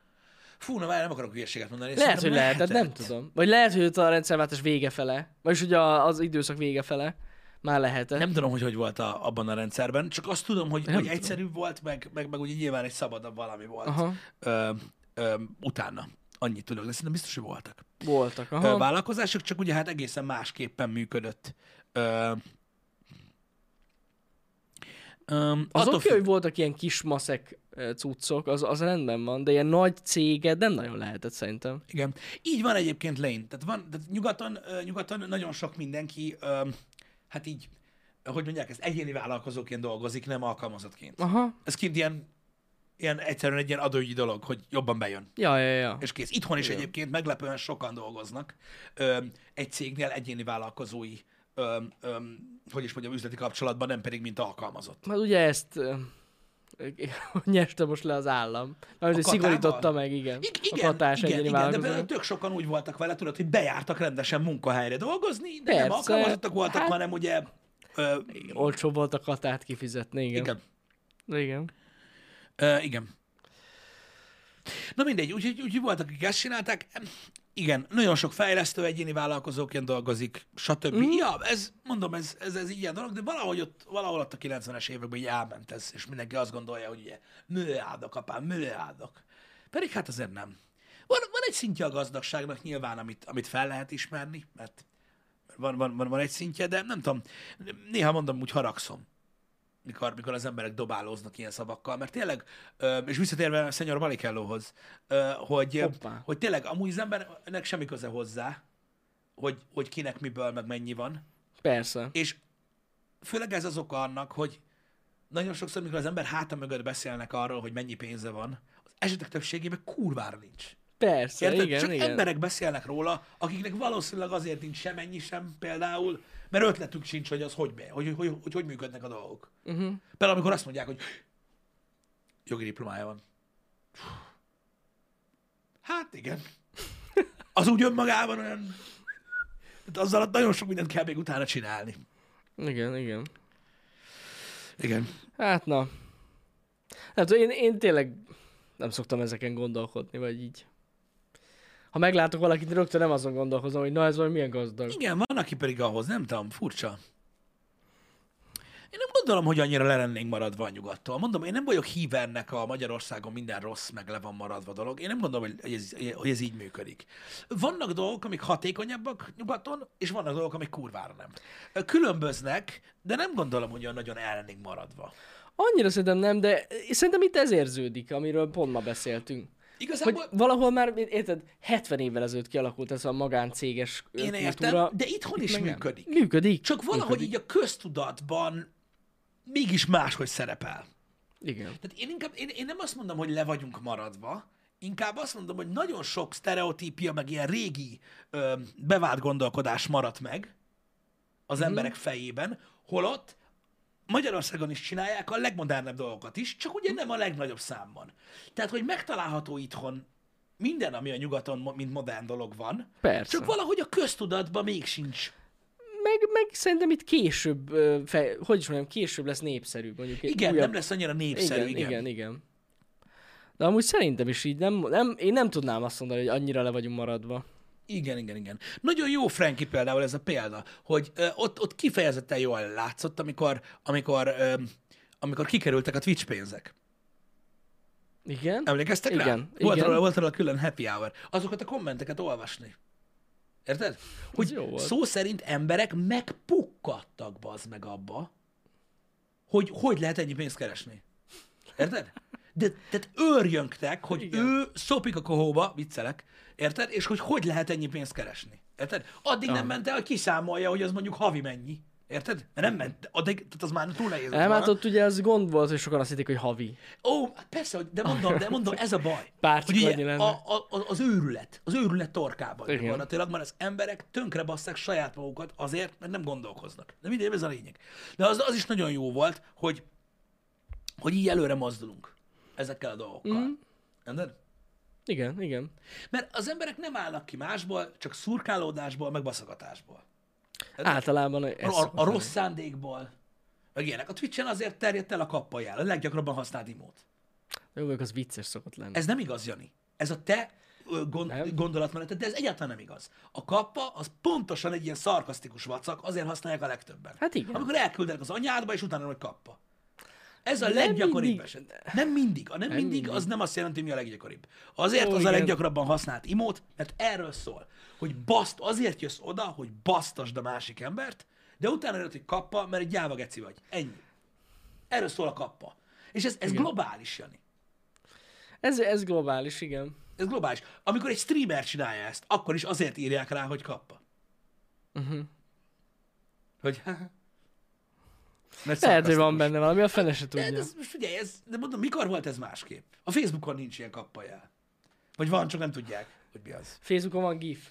Speaker 1: Fú, na már nem akarok hülyeséget mondani.
Speaker 2: Lehet,
Speaker 1: Szerintem
Speaker 2: hogy lehetett, nem tudom. Vagy lehet, hogy ott a rendszerváltás vége fele, vagyis ugye a- az időszak vége fele már lehetett.
Speaker 1: Nem tudom, hogy hogy volt a, abban a rendszerben, csak azt tudom, hogy, hogy
Speaker 2: tudom.
Speaker 1: egyszerűbb volt, meg, meg, meg ugye nyilván egy szabadabb valami volt
Speaker 2: Aha.
Speaker 1: ö, ö, utána. Annyit tudok, de szerintem biztos, hogy voltak.
Speaker 2: Voltak, aha.
Speaker 1: ö, vállalkozások, csak ugye hát egészen másképpen működött. Ö, Öm,
Speaker 2: Az
Speaker 1: attól
Speaker 2: oké,
Speaker 1: függ-
Speaker 2: hogy voltak ilyen kis maszek ö, cuccok, az, az rendben van, de ilyen nagy céged nem nagyon lehetett szerintem.
Speaker 1: Igen. Így van egyébként Lane. Tehát, van, tehát nyugaton, ö, nyugaton nagyon sok mindenki, ö, hát így, ö, hogy mondják, ezt egyéni vállalkozóként dolgozik, nem alkalmazottként.
Speaker 2: Aha.
Speaker 1: Ez kint ilyen, ilyen egyszerűen egy ilyen adóügyi dolog, hogy jobban bejön.
Speaker 2: Ja, ja, ja.
Speaker 1: És kész. Itthon is egyébként meglepően sokan dolgoznak ö, egy cégnél egyéni vállalkozói, ö, ö, hogy is mondjam, üzleti kapcsolatban, nem pedig mint alkalmazott.
Speaker 2: Hát ugye ezt ö, *laughs* nyeste most le az állam. Mert hogy
Speaker 1: katával?
Speaker 2: szigorította meg, igen.
Speaker 1: I-
Speaker 2: a katás egyéni
Speaker 1: igen, de például
Speaker 2: vállalkozás.
Speaker 1: tök sokan úgy voltak vele, tudod, hogy bejártak rendesen munkahelyre dolgozni, de nem
Speaker 2: Persze.
Speaker 1: alkalmazottak voltak,
Speaker 2: Hát-
Speaker 1: hanem ugye... Ö,
Speaker 2: Olcsó volt a katát kifizetni, igen.
Speaker 1: igen.
Speaker 2: igen.
Speaker 1: Ö, igen. Na mindegy, úgyhogy úgy, voltak, akik ezt csinálták. Em, Igen, nagyon sok fejlesztő egyéni vállalkozóként dolgozik, stb. Mm. Ja, ez, mondom, ez, ez, ez ilyen dolog, de valahogy ott, valahol ott a 90-es években így elment ez, és mindenki azt gondolja, hogy ugye műáldok, apám, műáldok. Pedig hát azért nem. Van, van egy szintje a gazdagságnak nyilván, amit, amit fel lehet ismerni, mert van, van, van, van egy szintje, de nem tudom, néha mondom, úgy haragszom mikor, mikor az emberek dobálóznak ilyen szavakkal, mert tényleg, ö, és visszatérve Szenyor Balikellóhoz, ö, hogy,
Speaker 2: Hoppá.
Speaker 1: hogy tényleg amúgy az embernek semmi köze hozzá, hogy, hogy kinek miből, meg mennyi van,
Speaker 2: Persze.
Speaker 1: és főleg ez az oka annak, hogy nagyon sokszor, mikor az ember háta mögött beszélnek arról, hogy mennyi pénze van, az esetek többségében kurvára nincs.
Speaker 2: Persze,
Speaker 1: Érted?
Speaker 2: igen,
Speaker 1: Csak
Speaker 2: igen.
Speaker 1: emberek beszélnek róla, akiknek valószínűleg azért nincs sem ennyi sem például, mert ötletük sincs, hogy az hogy, be, hogy, hogy, hogy, hogy működnek a dolgok.
Speaker 2: Mhm.
Speaker 1: Uh-huh. Például amikor azt mondják, hogy jogi diplomája van. Hát igen. Az úgy önmagában olyan... Tehát azzal nagyon sok mindent kell még utána csinálni.
Speaker 2: Igen, igen.
Speaker 1: Igen.
Speaker 2: Hát na. Nem tudom, én, én tényleg nem szoktam ezeken gondolkodni, vagy így. Ha meglátok valakit, rögtön nem azon gondolkozom, hogy na ez valami milyen gazdag.
Speaker 1: Igen, van, aki pedig ahhoz, nem tudom, furcsa. Én nem gondolom, hogy annyira le lennénk maradva a nyugattól. Mondom, én nem vagyok hívernek a Magyarországon minden rossz, meg le van maradva dolog. Én nem gondolom, hogy ez, hogy ez így működik. Vannak dolgok, amik hatékonyabbak nyugaton, és vannak dolgok, amik kurvára nem. Különböznek, de nem gondolom, hogy olyan nagyon el lennénk maradva.
Speaker 2: Annyira szerintem nem, de szerintem itt ez érződik, amiről pont ma beszéltünk. Hogy
Speaker 1: Igazából
Speaker 2: valahol már, érted, 70 évvel ezelőtt kialakult ez a magáncéges ö,
Speaker 1: én értem,
Speaker 2: kultúra.
Speaker 1: de itthon is
Speaker 2: meg nem.
Speaker 1: működik.
Speaker 2: Működik.
Speaker 1: Csak valahogy így a köztudatban mégis máshogy szerepel.
Speaker 2: Igen.
Speaker 1: Tehát én inkább, én, én nem azt mondom, hogy le vagyunk maradva, inkább azt mondom, hogy nagyon sok sztereotípia, meg ilyen régi ö, bevált gondolkodás maradt meg az mm-hmm. emberek fejében, holott Magyarországon is csinálják a legmodernebb dolgokat is, csak ugye nem a legnagyobb számban. Tehát, hogy megtalálható itthon minden, ami a nyugaton, mo- mint modern dolog van,
Speaker 2: Persze.
Speaker 1: csak valahogy a köztudatban még sincs.
Speaker 2: Meg, meg szerintem itt később, ö, fej, hogy is mondjam, később lesz népszerű. Mondjuk egy
Speaker 1: Igen,
Speaker 2: újabb...
Speaker 1: nem lesz annyira népszerű, igen.
Speaker 2: igen, igen. De amúgy szerintem is így, nem, nem, én nem tudnám azt mondani, hogy annyira le vagyunk maradva.
Speaker 1: Igen, igen, igen. Nagyon jó Frankie például ez a példa, hogy ö, ott, ott kifejezetten jól látszott, amikor, amikor, ö, amikor kikerültek a Twitch pénzek.
Speaker 2: Igen?
Speaker 1: Emlékeztek rá?
Speaker 2: Igen,
Speaker 1: Volt
Speaker 2: igen.
Speaker 1: Róla, volt róla külön happy hour. Azokat a kommenteket olvasni. Érted? Hogy
Speaker 2: jó volt.
Speaker 1: szó szerint emberek megpukkadtak bazd meg abba, hogy hogy lehet ennyi pénzt keresni. Érted? De, tehát őrjöngtek, hogy Igen.
Speaker 2: Igen.
Speaker 1: ő szopik a kohóba, viccelek, érted?
Speaker 2: Ah.
Speaker 1: És hogy hogy lehet ennyi pénzt keresni. Érted? Addig nem ment el, hogy kiszámolja, hogy az mondjuk havi mennyi. Érted? Mert nem ment, a de, tehát az már túl nehéz. lett
Speaker 2: Nem, hát
Speaker 1: volna.
Speaker 2: ott ugye az gond volt, hogy sokan azt hitték, hogy havi.
Speaker 1: Ó, hát persze, hogy- de mondom, de mondom, ez a baj.
Speaker 2: Pár
Speaker 1: hogy
Speaker 2: cikladnyi
Speaker 1: ugye
Speaker 2: lenne.
Speaker 1: a, a, a- az őrület, az őrület torkában
Speaker 2: Igen.
Speaker 1: gyakorlatilag, mert az emberek tönkre basszák saját magukat azért, mert nem gondolkoznak. De mindegy, ez a lényeg. De az, az is nagyon jó volt, hogy, hogy így előre mozdulunk ezekkel a dolgokkal.
Speaker 2: Mhm.
Speaker 1: Mm. Érted?
Speaker 2: Igen, igen.
Speaker 1: Mert az emberek nem állnak ki másból, csak szurkálódásból, meg baszogatásból.
Speaker 2: Általában ez
Speaker 1: Hát- A, a,
Speaker 2: szokott
Speaker 1: a
Speaker 2: lenni.
Speaker 1: rossz szándékból. Meg ilyenek. A Twitch-en azért terjedt el a kappajál, a leggyakrabban használt imót.
Speaker 2: Jó, mondjuk az vicces szokott lenni.
Speaker 1: Ez nem igaz, Jani. Ez a te ö, gond,
Speaker 2: Nem?
Speaker 1: gondolatmeneted, de ez egyáltalán nem igaz. A kappa az pontosan egy ilyen szarkasztikus vacak, azért használják a legtöbben.
Speaker 2: Hát igen.
Speaker 1: Amikor elküldenek az anyádba, és utána hogy kappa. Ez a
Speaker 2: Nem
Speaker 1: leggyakoribb
Speaker 2: mindig.
Speaker 1: eset. Nem mindig. A nem, nem mindig,
Speaker 2: mindig.
Speaker 1: az nem azt jelenti, hogy mi a leggyakoribb. Azért
Speaker 2: Ó,
Speaker 1: az a
Speaker 2: igen.
Speaker 1: leggyakrabban használt imót, mert erről szól. Hogy baszt, azért jössz oda, hogy basztasd a másik embert, de utána jött, hogy kappa, mert egy gyáva geci vagy. Ennyi. Erről szól a kappa. És ez, ez globális, Jani.
Speaker 2: Ez, ez globális, igen.
Speaker 1: Ez globális. Amikor egy streamer csinálja ezt, akkor is azért írják rá, hogy kappa. Uh-huh.
Speaker 2: Mhm.
Speaker 1: Hogy... *laughs* Mert
Speaker 2: Lehet, hogy
Speaker 1: szarkasztikus.
Speaker 2: van benne valami, a fene se
Speaker 1: De,
Speaker 2: tudja.
Speaker 1: ez, most figyelj, ez, de mondom, mikor volt ez másképp? A Facebookon nincs ilyen kappajá. Vagy van, csak nem tudják, hogy mi az.
Speaker 2: Facebookon van GIF.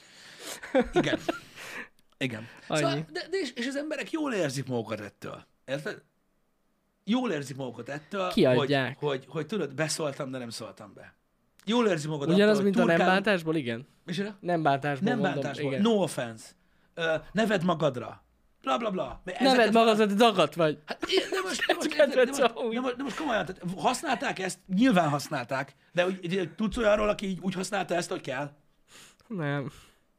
Speaker 2: *laughs*
Speaker 1: Igen. Igen. Szóval,
Speaker 2: Annyi.
Speaker 1: de, de és, és az emberek jól érzik magukat ettől. Érted? Jól érzik magukat ettől, hogy,
Speaker 2: Kiadják.
Speaker 1: hogy, hogy tudod, beszóltam, de nem szóltam be. Jól érzi magukat
Speaker 2: Ugyanaz,
Speaker 1: attól,
Speaker 2: mint a
Speaker 1: hogy
Speaker 2: nem
Speaker 1: turkálunk-
Speaker 2: bántásból, igen.
Speaker 1: Micsoda?
Speaker 2: Nem bántásból
Speaker 1: Nem
Speaker 2: mondom,
Speaker 1: bántásból.
Speaker 2: igen.
Speaker 1: No offense. Ö, neved magadra. Bla, bla, bla. Mert
Speaker 2: Neved
Speaker 1: ezeket-
Speaker 2: magadat, dagat vagy.
Speaker 1: Hát, én- de most, de most, de,
Speaker 2: kedvenc
Speaker 1: de, most,
Speaker 2: amúgy.
Speaker 1: de, most, de most komolyan, tehát használták ezt? Nyilván használták. De hogy, de tudsz olyanról, aki így úgy használta ezt, hogy kell?
Speaker 2: Nem.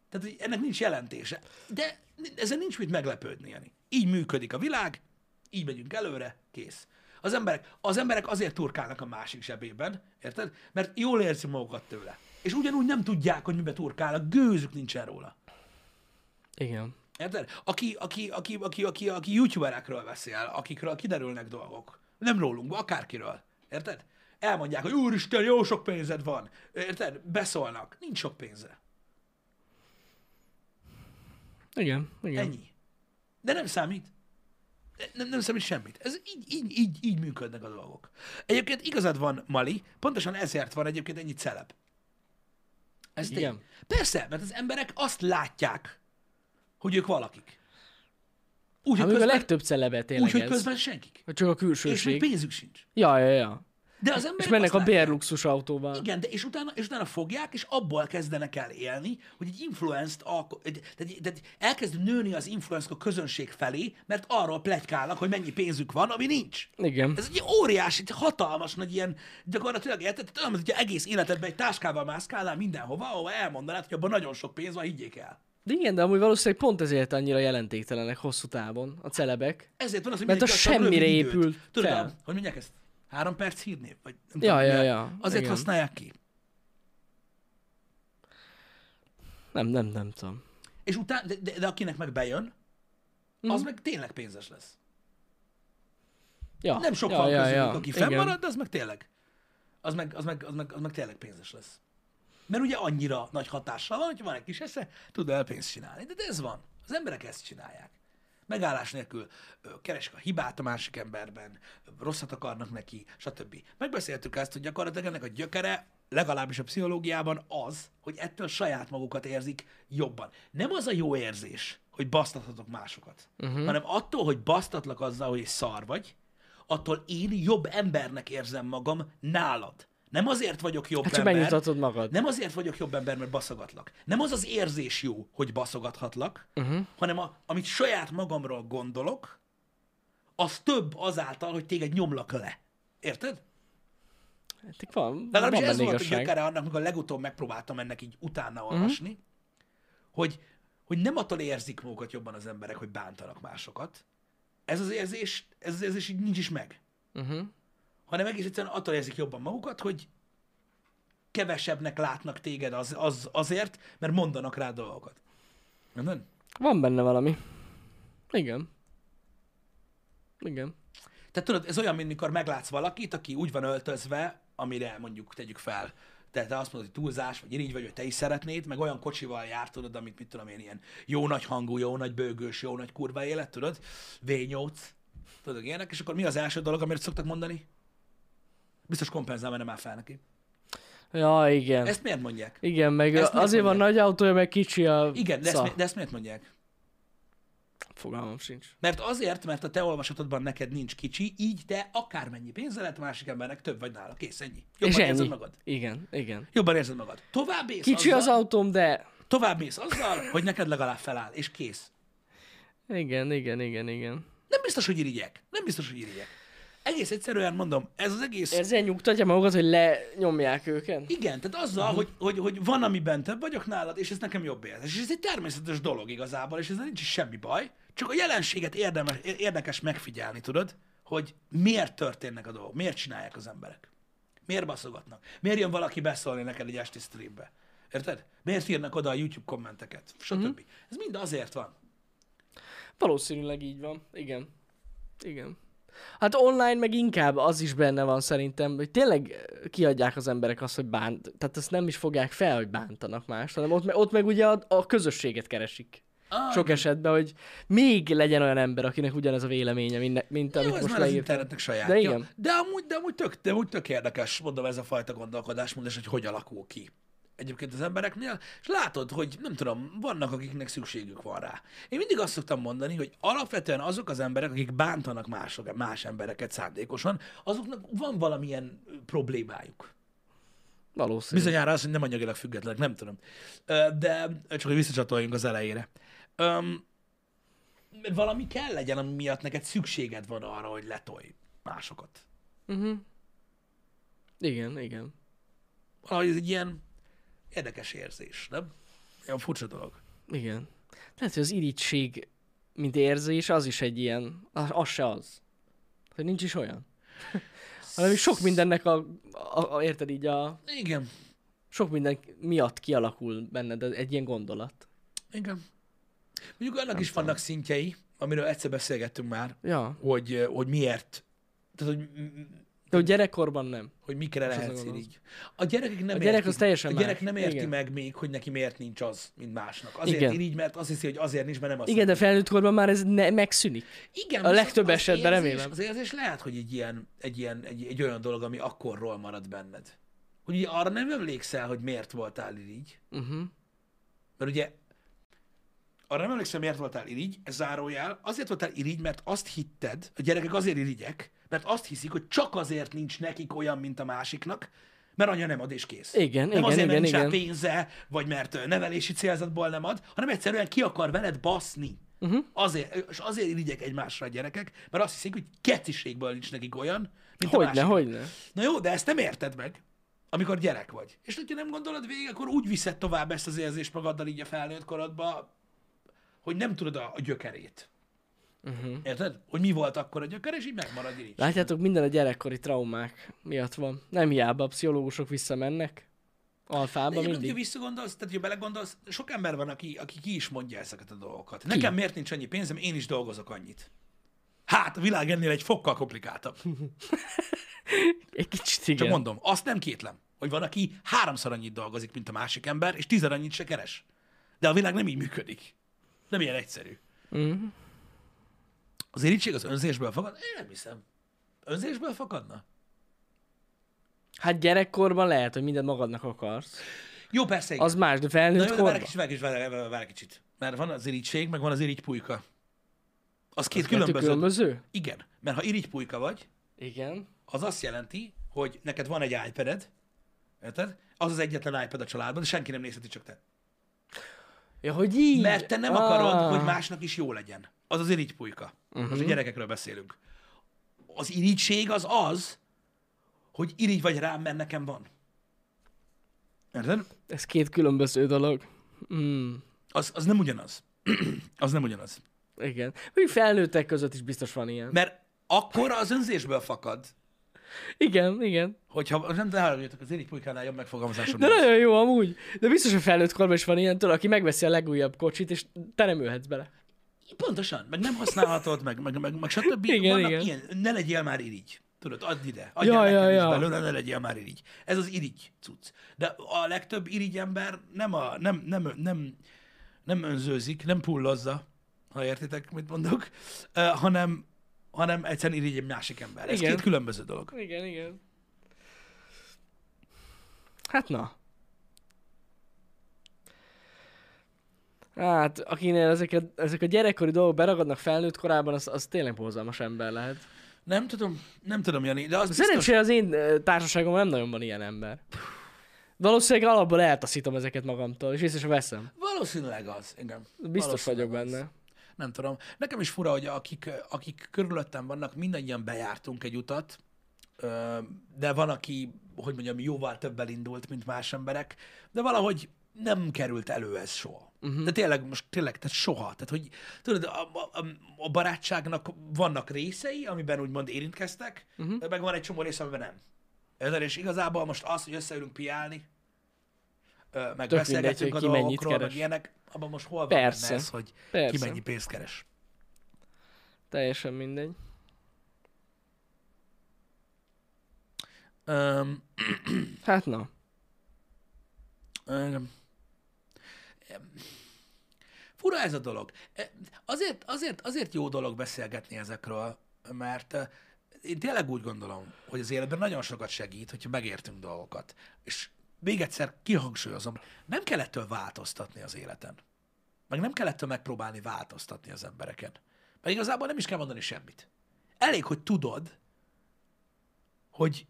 Speaker 1: Tehát hogy ennek nincs jelentése. De ezen nincs mit meglepődni, Jani. Így működik a világ, így megyünk előre, kész. Az emberek, az emberek azért turkálnak a másik zsebében, érted? Mert jól érzik magukat tőle. És ugyanúgy nem tudják, hogy mibe turkálnak, gőzük nincsen róla.
Speaker 2: Igen.
Speaker 1: Érted? Aki, aki, aki, aki, aki, aki youtuberekről beszél, akikről kiderülnek dolgok. Nem rólunk, akárkiről. Érted? Elmondják, hogy úristen, jó sok pénzed van. Érted? Beszólnak. Nincs sok pénze.
Speaker 2: Igen, igen.
Speaker 1: Ennyi. De nem számít. De Nem, nem számít semmit. Ez így, így, így, így működnek a dolgok. Egyébként igazad van, Mali, pontosan ezért van egyébként ennyi celeb. Ez tény.
Speaker 2: Igen.
Speaker 1: Persze, mert az emberek azt látják, hogy ők valakik. Úgy,
Speaker 2: Hát
Speaker 1: hogy
Speaker 2: még a
Speaker 1: közben,
Speaker 2: legtöbb celebe tényleg
Speaker 1: úgy, hogy
Speaker 2: ez.
Speaker 1: közben senkik.
Speaker 2: Hogy csak a
Speaker 1: És még
Speaker 2: külsőség.
Speaker 1: pénzük sincs.
Speaker 2: Ja, ja, ja.
Speaker 1: De az emberek
Speaker 2: És mennek
Speaker 1: azt
Speaker 2: a
Speaker 1: látják.
Speaker 2: bérluxus autóval.
Speaker 1: Igen, de és utána, és utána fogják, és abból kezdenek el élni, hogy egy influenzt, alko- egy- tehát, tehát elkezd nőni az influencer a közönség felé, mert arról plegykálnak, hogy mennyi pénzük van, ami nincs.
Speaker 2: Igen.
Speaker 1: Ez egy óriási, egy hatalmas nagy ilyen, gyakorlatilag érted? Tehát Olyan, mint hogyha egész életedben egy táskával mászkálnál mindenhova, ahova elmondanád, hogy abban nagyon sok pénz van, higgyék el.
Speaker 2: De igen, de amúgy valószínűleg pont ezért annyira jelentéktelenek hosszú távon a celebek.
Speaker 1: Ezért van az, hogy
Speaker 2: Mert
Speaker 1: mindenki
Speaker 2: az
Speaker 1: azt mondja,
Speaker 2: semmire
Speaker 1: rövid
Speaker 2: épül
Speaker 1: Tudod,
Speaker 2: fel.
Speaker 1: a- hogy mondják ezt? Három perc hírnév? Vagy nem
Speaker 2: Ja,
Speaker 1: tudom,
Speaker 2: ja,
Speaker 1: mi a-
Speaker 2: ja.
Speaker 1: Azért
Speaker 2: Igen.
Speaker 1: használják ki.
Speaker 2: Nem, nem, nem tudom.
Speaker 1: És utána, de, de, de akinek meg bejön,
Speaker 2: Mhm.
Speaker 1: az meg tényleg pénzes lesz.
Speaker 2: Ja,
Speaker 1: Nem sok
Speaker 2: Ah, ja,
Speaker 1: van
Speaker 2: ja,
Speaker 1: közülük,
Speaker 2: ja.
Speaker 1: aki
Speaker 2: Igen.
Speaker 1: fennmarad, de az meg tényleg. Az meg, az, meg, az, meg, az meg tényleg pénzes lesz. Mert ugye annyira nagy hatással van, hogy van egy kis esze, tud el pénzt csinálni. De, de ez van. Az emberek ezt csinálják. Megállás nélkül ö, keresik a hibát a másik emberben, ö, rosszat akarnak neki, stb. Megbeszéltük ezt, hogy gyakorlatilag ennek a gyökere legalábbis a pszichológiában az, hogy ettől saját magukat érzik jobban. Nem az a jó érzés, hogy basztathatok másokat,
Speaker 2: Mhm.
Speaker 1: uh-huh. hanem attól, hogy basztatlak azzal, hogy szar vagy, attól én jobb embernek érzem magam nálad. Nem azért vagyok jobb
Speaker 2: Hát csak
Speaker 1: ember,
Speaker 2: megnyugtatod magad.
Speaker 1: nem azért vagyok jobb ember, mert baszogatlak. Nem az az érzés jó, hogy baszogathatlak,
Speaker 2: Mhm.
Speaker 1: uh-huh. hanem a, amit saját magamról gondolok, az több azáltal, hogy téged nyomlak le. Érted?
Speaker 2: Hát itt van, van
Speaker 1: Legalábbis ez
Speaker 2: benne
Speaker 1: volt a
Speaker 2: igazság. Mhm.
Speaker 1: gyökere annak, amikor legutóbb megpróbáltam ennek így utána olvasni, hogy, hogy nem attól érzik magukat jobban az emberek, hogy bántanak másokat. Ez az érzés, ez az érzés így nincs is meg.
Speaker 2: Uh-huh.
Speaker 1: Hanem egész egyszerűen attól érzik jobban magukat, hogy kevesebbnek látnak téged az, az, azért, mert mondanak rá dolgokat. Nem? nem?
Speaker 2: Van benne valami. Igen. Igen. Tehát
Speaker 1: Tehát tudod, ez olyan, mint mikor meglátsz valakit, aki úgy van öltözve, amire mondjuk tegyük fel, te tehát te azt mondod, hogy túlzás, vagy irigy vagy, hogy te is szeretnéd, meg olyan kocsival jár, tudod, amit mit tudom én, ilyen jó nagy hangú, jó nagy bőgős, jó nagy kurva élet, tudod, V8, tudod, ilyenek, és akkor mi az első dolog, amit szoktak mondani? Biztos kompenzál, mert nem áll fel neki.
Speaker 2: Ja, igen.
Speaker 1: Ezt miért mondják?
Speaker 2: Igen, meg
Speaker 1: Ezt miért
Speaker 2: azért van
Speaker 1: mondják?
Speaker 2: nagy autója, meg kicsi a
Speaker 1: Igen, de ezt,
Speaker 2: sza.
Speaker 1: mi- de ezt miért mondják?
Speaker 2: Fogalmam sincs.
Speaker 1: Mert azért, mert a te olvasatodban neked nincs kicsi, így te akármennyi pénze lehet, a másik embernek több vagy nála. Kész, ennyi. Jobban
Speaker 2: És ennyi.
Speaker 1: érzed magad.
Speaker 2: Igen, igen.
Speaker 1: Jobban érzed magad. Tovább mész
Speaker 2: Kicsi
Speaker 1: azzal,
Speaker 2: az autóm, de...
Speaker 1: tovább mész azzal, hogy neked legalább feláll, és kész.
Speaker 2: Igen, igen, igen, igen.
Speaker 1: Nem biztos, hogy irigyek. Nem biztos, hogy irigyek. Egész egyszerűen mondom, ez az egész...
Speaker 2: Ezzel nyugtatja magukat, hogy lenyomják őket?
Speaker 1: Igen, tehát azzal, uh-huh. hogy, hogy, hogy van, amiben több vagyok nálad, és ez nekem jobb érzés. És ez egy természetes dolog igazából, és ezzel nincs is semmi baj. Csak a jelenséget érdemes, érdekes megfigyelni, tudod, hogy miért történnek a dolgok, miért csinálják az emberek. Miért baszogatnak? Miért jön valaki beszólni neked egy esti streambe? Érted? Miért írnak oda a YouTube kommenteket? Stb. Uh-huh. Ez mind azért van.
Speaker 2: Valószínűleg így van. Igen. Igen. Hát online meg inkább az is benne van szerintem, hogy tényleg eh, kiadják az emberek azt, hogy bánt. Tehát ezt nem is fogják fel, hogy bántanak más, hanem ott, me- ott meg ugye a, a közösséget keresik.
Speaker 1: Ah,
Speaker 2: Sok esetben, hogy még legyen olyan ember, akinek ugyanez a véleménye, mint, mint
Speaker 1: Jó,
Speaker 2: amit
Speaker 1: ez
Speaker 2: most
Speaker 1: már az
Speaker 2: leírtam.
Speaker 1: internetnek sajátja.
Speaker 2: De igen.
Speaker 1: De amúgy, de amúgy, tök, de amúgy tök érdekes, mondom, ez a fajta gondolkodásmód, és hogy hogy alakul ki egyébként az embereknél, és látod, hogy nem tudom, vannak, akiknek szükségük van rá. Én mindig azt szoktam mondani, hogy alapvetően azok az emberek, akik bántanak mások, más embereket szándékosan, azoknak van valamilyen ö, problémájuk.
Speaker 2: Valószínű.
Speaker 1: Bizonyára az, hogy nem anyagilag függetlenek, nem tudom. Ö, De csak, hogy visszacsatoljunk az elejére. Öm, mert valami kell legyen, ami miatt neked szükséged van arra, hogy letolj másokat.
Speaker 2: Uh-huh. Igen, igen.
Speaker 1: Valahogy ez egy ilyen érdekes érzés, nem? Ilyen furcsa dolog.
Speaker 2: Igen. Lehet, hogy az irigység, mint érzés, az is egy ilyen, az, az se az. Hogy nincs is *laughs* olyan. Hanem így sok mindennek a, a, a, érted így a,
Speaker 1: Igen,
Speaker 2: sok minden miatt kialakul benned egy ilyen gondolat.
Speaker 1: igen. Mondjuk annak is vannak szintjei, amiről egyszer beszélgettünk már,
Speaker 2: Ja.
Speaker 1: hogy, hogy miért, tehát hogy, m- m-
Speaker 2: De hogy gyerekkorban nem.
Speaker 1: hogy mikre
Speaker 2: az
Speaker 1: lehetsz
Speaker 2: gondolom.
Speaker 1: így. A gyerekek nem
Speaker 2: A gyerek
Speaker 1: értik,
Speaker 2: az teljesen
Speaker 1: a gyerek
Speaker 2: más.
Speaker 1: nem érti
Speaker 2: Igen.
Speaker 1: meg még, hogy neki miért nincs az, mint másnak. Azért
Speaker 2: Igen.
Speaker 1: Igen. így, mert azt hiszi, hogy azért nincs, mert nem az.
Speaker 2: Igen, de felnőtt korban már ez ne, megszűnik.
Speaker 1: Igen,
Speaker 2: A
Speaker 1: viszont
Speaker 2: legtöbb
Speaker 1: az
Speaker 2: esetben
Speaker 1: érzés-
Speaker 2: remélem.
Speaker 1: Az érzés lehet, hogy egy ilyen, egy ilyen, egy, egy olyan dolog, ami akkorról marad benned. Hogy ugye arra nem emlékszel, hogy miért voltál így.
Speaker 2: Uh-huh.
Speaker 1: Mert ugye arra nem emlékszem, miért voltál irigy, ez zárójel. Azért voltál irigy, mert azt hitted, a gyerekek azért irigyek, mert azt hiszik, hogy csak azért nincs nekik olyan, mint a másiknak, mert anya nem ad és kész.
Speaker 2: Igen,
Speaker 1: nem
Speaker 2: igen,
Speaker 1: azért, mert
Speaker 2: igen,
Speaker 1: nincs rá
Speaker 2: igen.
Speaker 1: pénze, vagy mert ö, nevelési célzatból nem ad, hanem egyszerűen ki akar veled baszni.
Speaker 2: Mhm.
Speaker 1: Uh-huh. Azért, és azért irigyek egymásra a gyerekek, mert azt hiszik, hogy keciségből nincs nekik olyan, mint a
Speaker 2: Hogyne,
Speaker 1: másiknak.
Speaker 2: hogyne.
Speaker 1: Na jó, de ezt nem érted meg, amikor gyerek vagy. És hogyha nem gondolod végig, akkor úgy viszed tovább ezt az érzést magaddal így a felnőtt korodba, hogy nem tudod a, a gyökerét. Uh-huh. Érted? Hogy mi volt akkor a gyöker, és így megmarad így.
Speaker 2: Látjátok, minden a gyerekkori traumák miatt van. Nem hiába a pszichológusok visszamennek. Alfába
Speaker 1: Egyébként, hogyha
Speaker 2: mindig.
Speaker 1: visszagondolsz, tehát hogyha belegondolsz, sok ember van, aki, aki ki is mondja ezeket a dolgokat. Nekem miért nincs annyi pénzem, én is dolgozok annyit. Hát, a világ ennél egy fokkal komplikáltabb.
Speaker 2: Egy kicsit
Speaker 1: Csak
Speaker 2: igen.
Speaker 1: mondom, azt nem kétlem, hogy van, aki háromszor annyit dolgozik, mint a másik ember, és tízer annyit se keres. De a világ nem így működik. Nem ilyen egyszerű. Mm. Az irítség az önzésből fakad? Én nem hiszem. Önzésből fakadna?
Speaker 2: Hát gyerekkorban lehet, hogy mindent magadnak akarsz.
Speaker 1: Jó, persze, igen.
Speaker 2: Az más, de
Speaker 1: Na
Speaker 2: felnőtt
Speaker 1: jó, de várj egy
Speaker 2: korban.
Speaker 1: kicsit, várj egy kicsit, várj- várj- várj egy kicsit. Mert van az irigység, meg van az irigypulyka. Az két különböző.
Speaker 2: Különböző?
Speaker 1: Igen, mert ha irigypulyka vagy,
Speaker 2: Igen.
Speaker 1: az azt jelenti, hogy neked van egy iPad-ed, érted? Az az egyetlen iPad a családban, de senki nem nézheti, csak te.
Speaker 2: Ja, hogy így. Ah,
Speaker 1: Mert te nem akarod, hogy másnak is jó legyen. Az az irigypulyka.
Speaker 2: Mhm.
Speaker 1: Uh-huh. Most a gyerekekről beszélünk. Az irigység az az, hogy irigy vagy rám, mert nekem van. Érted?
Speaker 2: Ez két különböző dolog. Mm,
Speaker 1: Az, az nem ugyanaz. *clears throat* az nem ugyanaz.
Speaker 2: igen. Még felnőttek között is biztos van ilyen.
Speaker 1: Mert akkor az önzésből fakad,
Speaker 2: Igen, igen.
Speaker 1: hogyha nem de arra jöttök, az irigypulykánál jobb megfogalmazásom.
Speaker 2: De
Speaker 1: nincs.
Speaker 2: nagyon jó amúgy. De biztos a felnőtt korban is van ilyen, tudod, aki megveszi a legújabb kocsit, és te nem ülhetsz bele.
Speaker 1: Pontosan, meg nem használhatod, meg, meg, meg, meg stb.
Speaker 2: Igen,
Speaker 1: Vannak
Speaker 2: igen.
Speaker 1: Ilyen, ne legyél már irigy. Tudod, add ide, adjál ja, nekem ja, is ja. belőle, ne legyél már irigy. Ez az irigy cucc. De a legtöbb irigy ember nem, a, nem, nem, nem, nem önzőzik, nem pullozza, ha értitek, mit mondok, uh, hanem, hanem egyszerűen irigy egy másik ember. Ez
Speaker 2: Igen.
Speaker 1: két különböző dolog.
Speaker 2: Igen, igen. Hát na. Hát, akinél ezek a, ezek a gyerekkori dolgok beragadnak felnőtt korában, az, az tényleg borzalmas ember lehet.
Speaker 1: Nem tudom, nem tudom, Jani, de az biztos...
Speaker 2: Szerencsére az én ö, társaságomban nem nagyon van ilyen ember. Valószínűleg alapból eltaszítom ezeket magamtól, és észre sem veszem.
Speaker 1: Valószínűleg az, igen.
Speaker 2: Biztos
Speaker 1: Valószínűleg
Speaker 2: vagyok
Speaker 1: az.
Speaker 2: benne.
Speaker 1: Nem tudom. Nekem is fura, hogy akik, akik körülöttem vannak, mindannyian bejártunk egy utat, ö, de van, aki, hogy mondjam, jóval többel indult, mint más emberek, de valahogy nem került elő ez soha.
Speaker 2: Mhm.
Speaker 1: Uh-huh. De tényleg, most tényleg, tehát soha. Tehát, hogy tudod, a, a, a barátságnak vannak részei, amiben úgymond érintkeztek,
Speaker 2: Mhm.
Speaker 1: uh-huh. de meg van egy csomó része, amiben nem. Érted? És igazából most az, hogy összeülünk piálni, ö, meg
Speaker 2: Tök mindegy,
Speaker 1: beszélgetünk
Speaker 2: hogy
Speaker 1: a
Speaker 2: ki mennyit
Speaker 1: dolgokról, meg
Speaker 2: keres.
Speaker 1: ilyenek, abban most hol van
Speaker 2: Persze.
Speaker 1: benne ez, hogy ki
Speaker 2: Persze.
Speaker 1: mennyi pénzt keres.
Speaker 2: Teljesen mindegy.
Speaker 1: Um,
Speaker 2: Hát na.
Speaker 1: *clears throat* Engem. Fura ez a dolog. E, Azért, azért, azért jó dolog beszélgetni ezekről, mert eh, én tényleg úgy gondolom, hogy az életben nagyon sokat segít, hogyha megértünk dolgokat. És még egyszer kihangsúlyozom, nem kell ettől változtatni az életen. Meg nem kell ettől megpróbálni változtatni az embereken. Mert igazából nem is kell mondani semmit. Elég, hogy tudod, hogy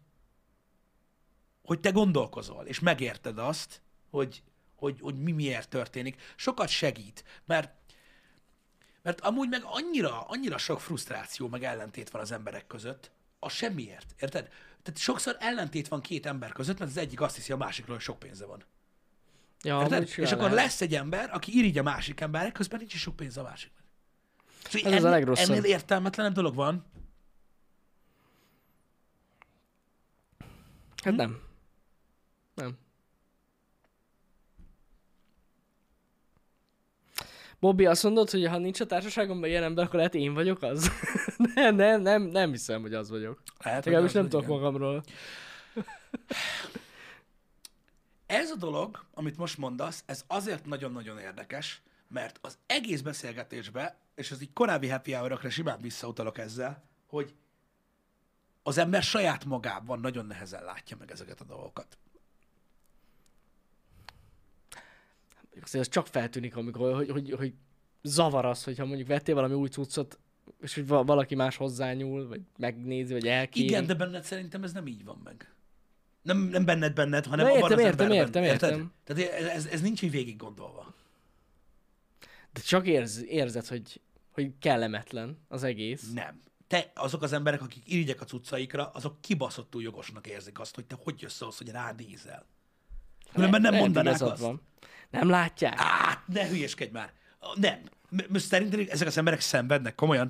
Speaker 1: hogy te gondolkozol, és megérted azt, hogy, hogy, hogy mi miért történik, sokat segít, mert mert amúgy meg annyira, annyira sok frusztráció, meg ellentét van az emberek között, a semmiért, érted? Tehát sokszor ellentét van két ember között, mert az egyik azt hiszi a másikról, hogy sok pénze van.
Speaker 2: Ja,
Speaker 1: Érted?
Speaker 2: amúgy
Speaker 1: Hát És
Speaker 2: simán
Speaker 1: akkor
Speaker 2: lehet.
Speaker 1: lesz egy ember, aki irigy a másik emberre, közben nincs is sok pénz a másiknak. Szóval
Speaker 2: Ez az a
Speaker 1: ennél-
Speaker 2: legrosszabb.
Speaker 1: Ennél értelmetlenebb dolog van.
Speaker 2: Hát
Speaker 1: Hm?
Speaker 2: nem. Nem. Bobby, azt mondod, hogy ha nincs a társaságomban ilyen ember, akkor lehet én vagyok az? *laughs* nem, nem, nem, nem hiszem, hogy az vagyok.
Speaker 1: Lehet, hogy
Speaker 2: Legalábbis
Speaker 1: az,
Speaker 2: nem
Speaker 1: hogy
Speaker 2: tudok
Speaker 1: igen.
Speaker 2: magamról.
Speaker 1: Ez a dolog, amit most mondasz, ez azért nagyon-nagyon érdekes, mert az egész beszélgetésbe, és az így korábbi happy hour simán visszautalok ezzel, hogy az ember saját magában nagyon nehezen látja meg ezeket a dolgokat.
Speaker 2: Azért az csak feltűnik, amikor, hogy, hogy, hogy zavar az, hogyha mondjuk vettél valami új cuccot, és hogy va- valaki más hozzányúl, vagy megnézi, vagy elkéri.
Speaker 1: Igen, de benned szerintem ez nem így van meg. Nem, nem benned benned, hanem
Speaker 2: Na,
Speaker 1: abban
Speaker 2: értem,
Speaker 1: az
Speaker 2: értem,
Speaker 1: emberben.
Speaker 2: értem,
Speaker 1: érted?
Speaker 2: értem.
Speaker 1: Tehát ez, ez, ez nincs így végig gondolva.
Speaker 2: de csak érz, érzed, hogy, hogy kellemetlen az egész.
Speaker 1: Nem. Te, azok az emberek, akik irigyek a cuccaikra, azok kibaszottul jogosnak érzik azt, hogy te hogy jössz ahhoz, hogy ránézel. Különben nem
Speaker 2: Lehet,
Speaker 1: mondanák
Speaker 2: igazad
Speaker 1: azt.
Speaker 2: Van. Nem látják?
Speaker 1: Á, ne hülyeskedj már. Nem. M- Most szerintem ezek az emberek szenvednek, komolyan.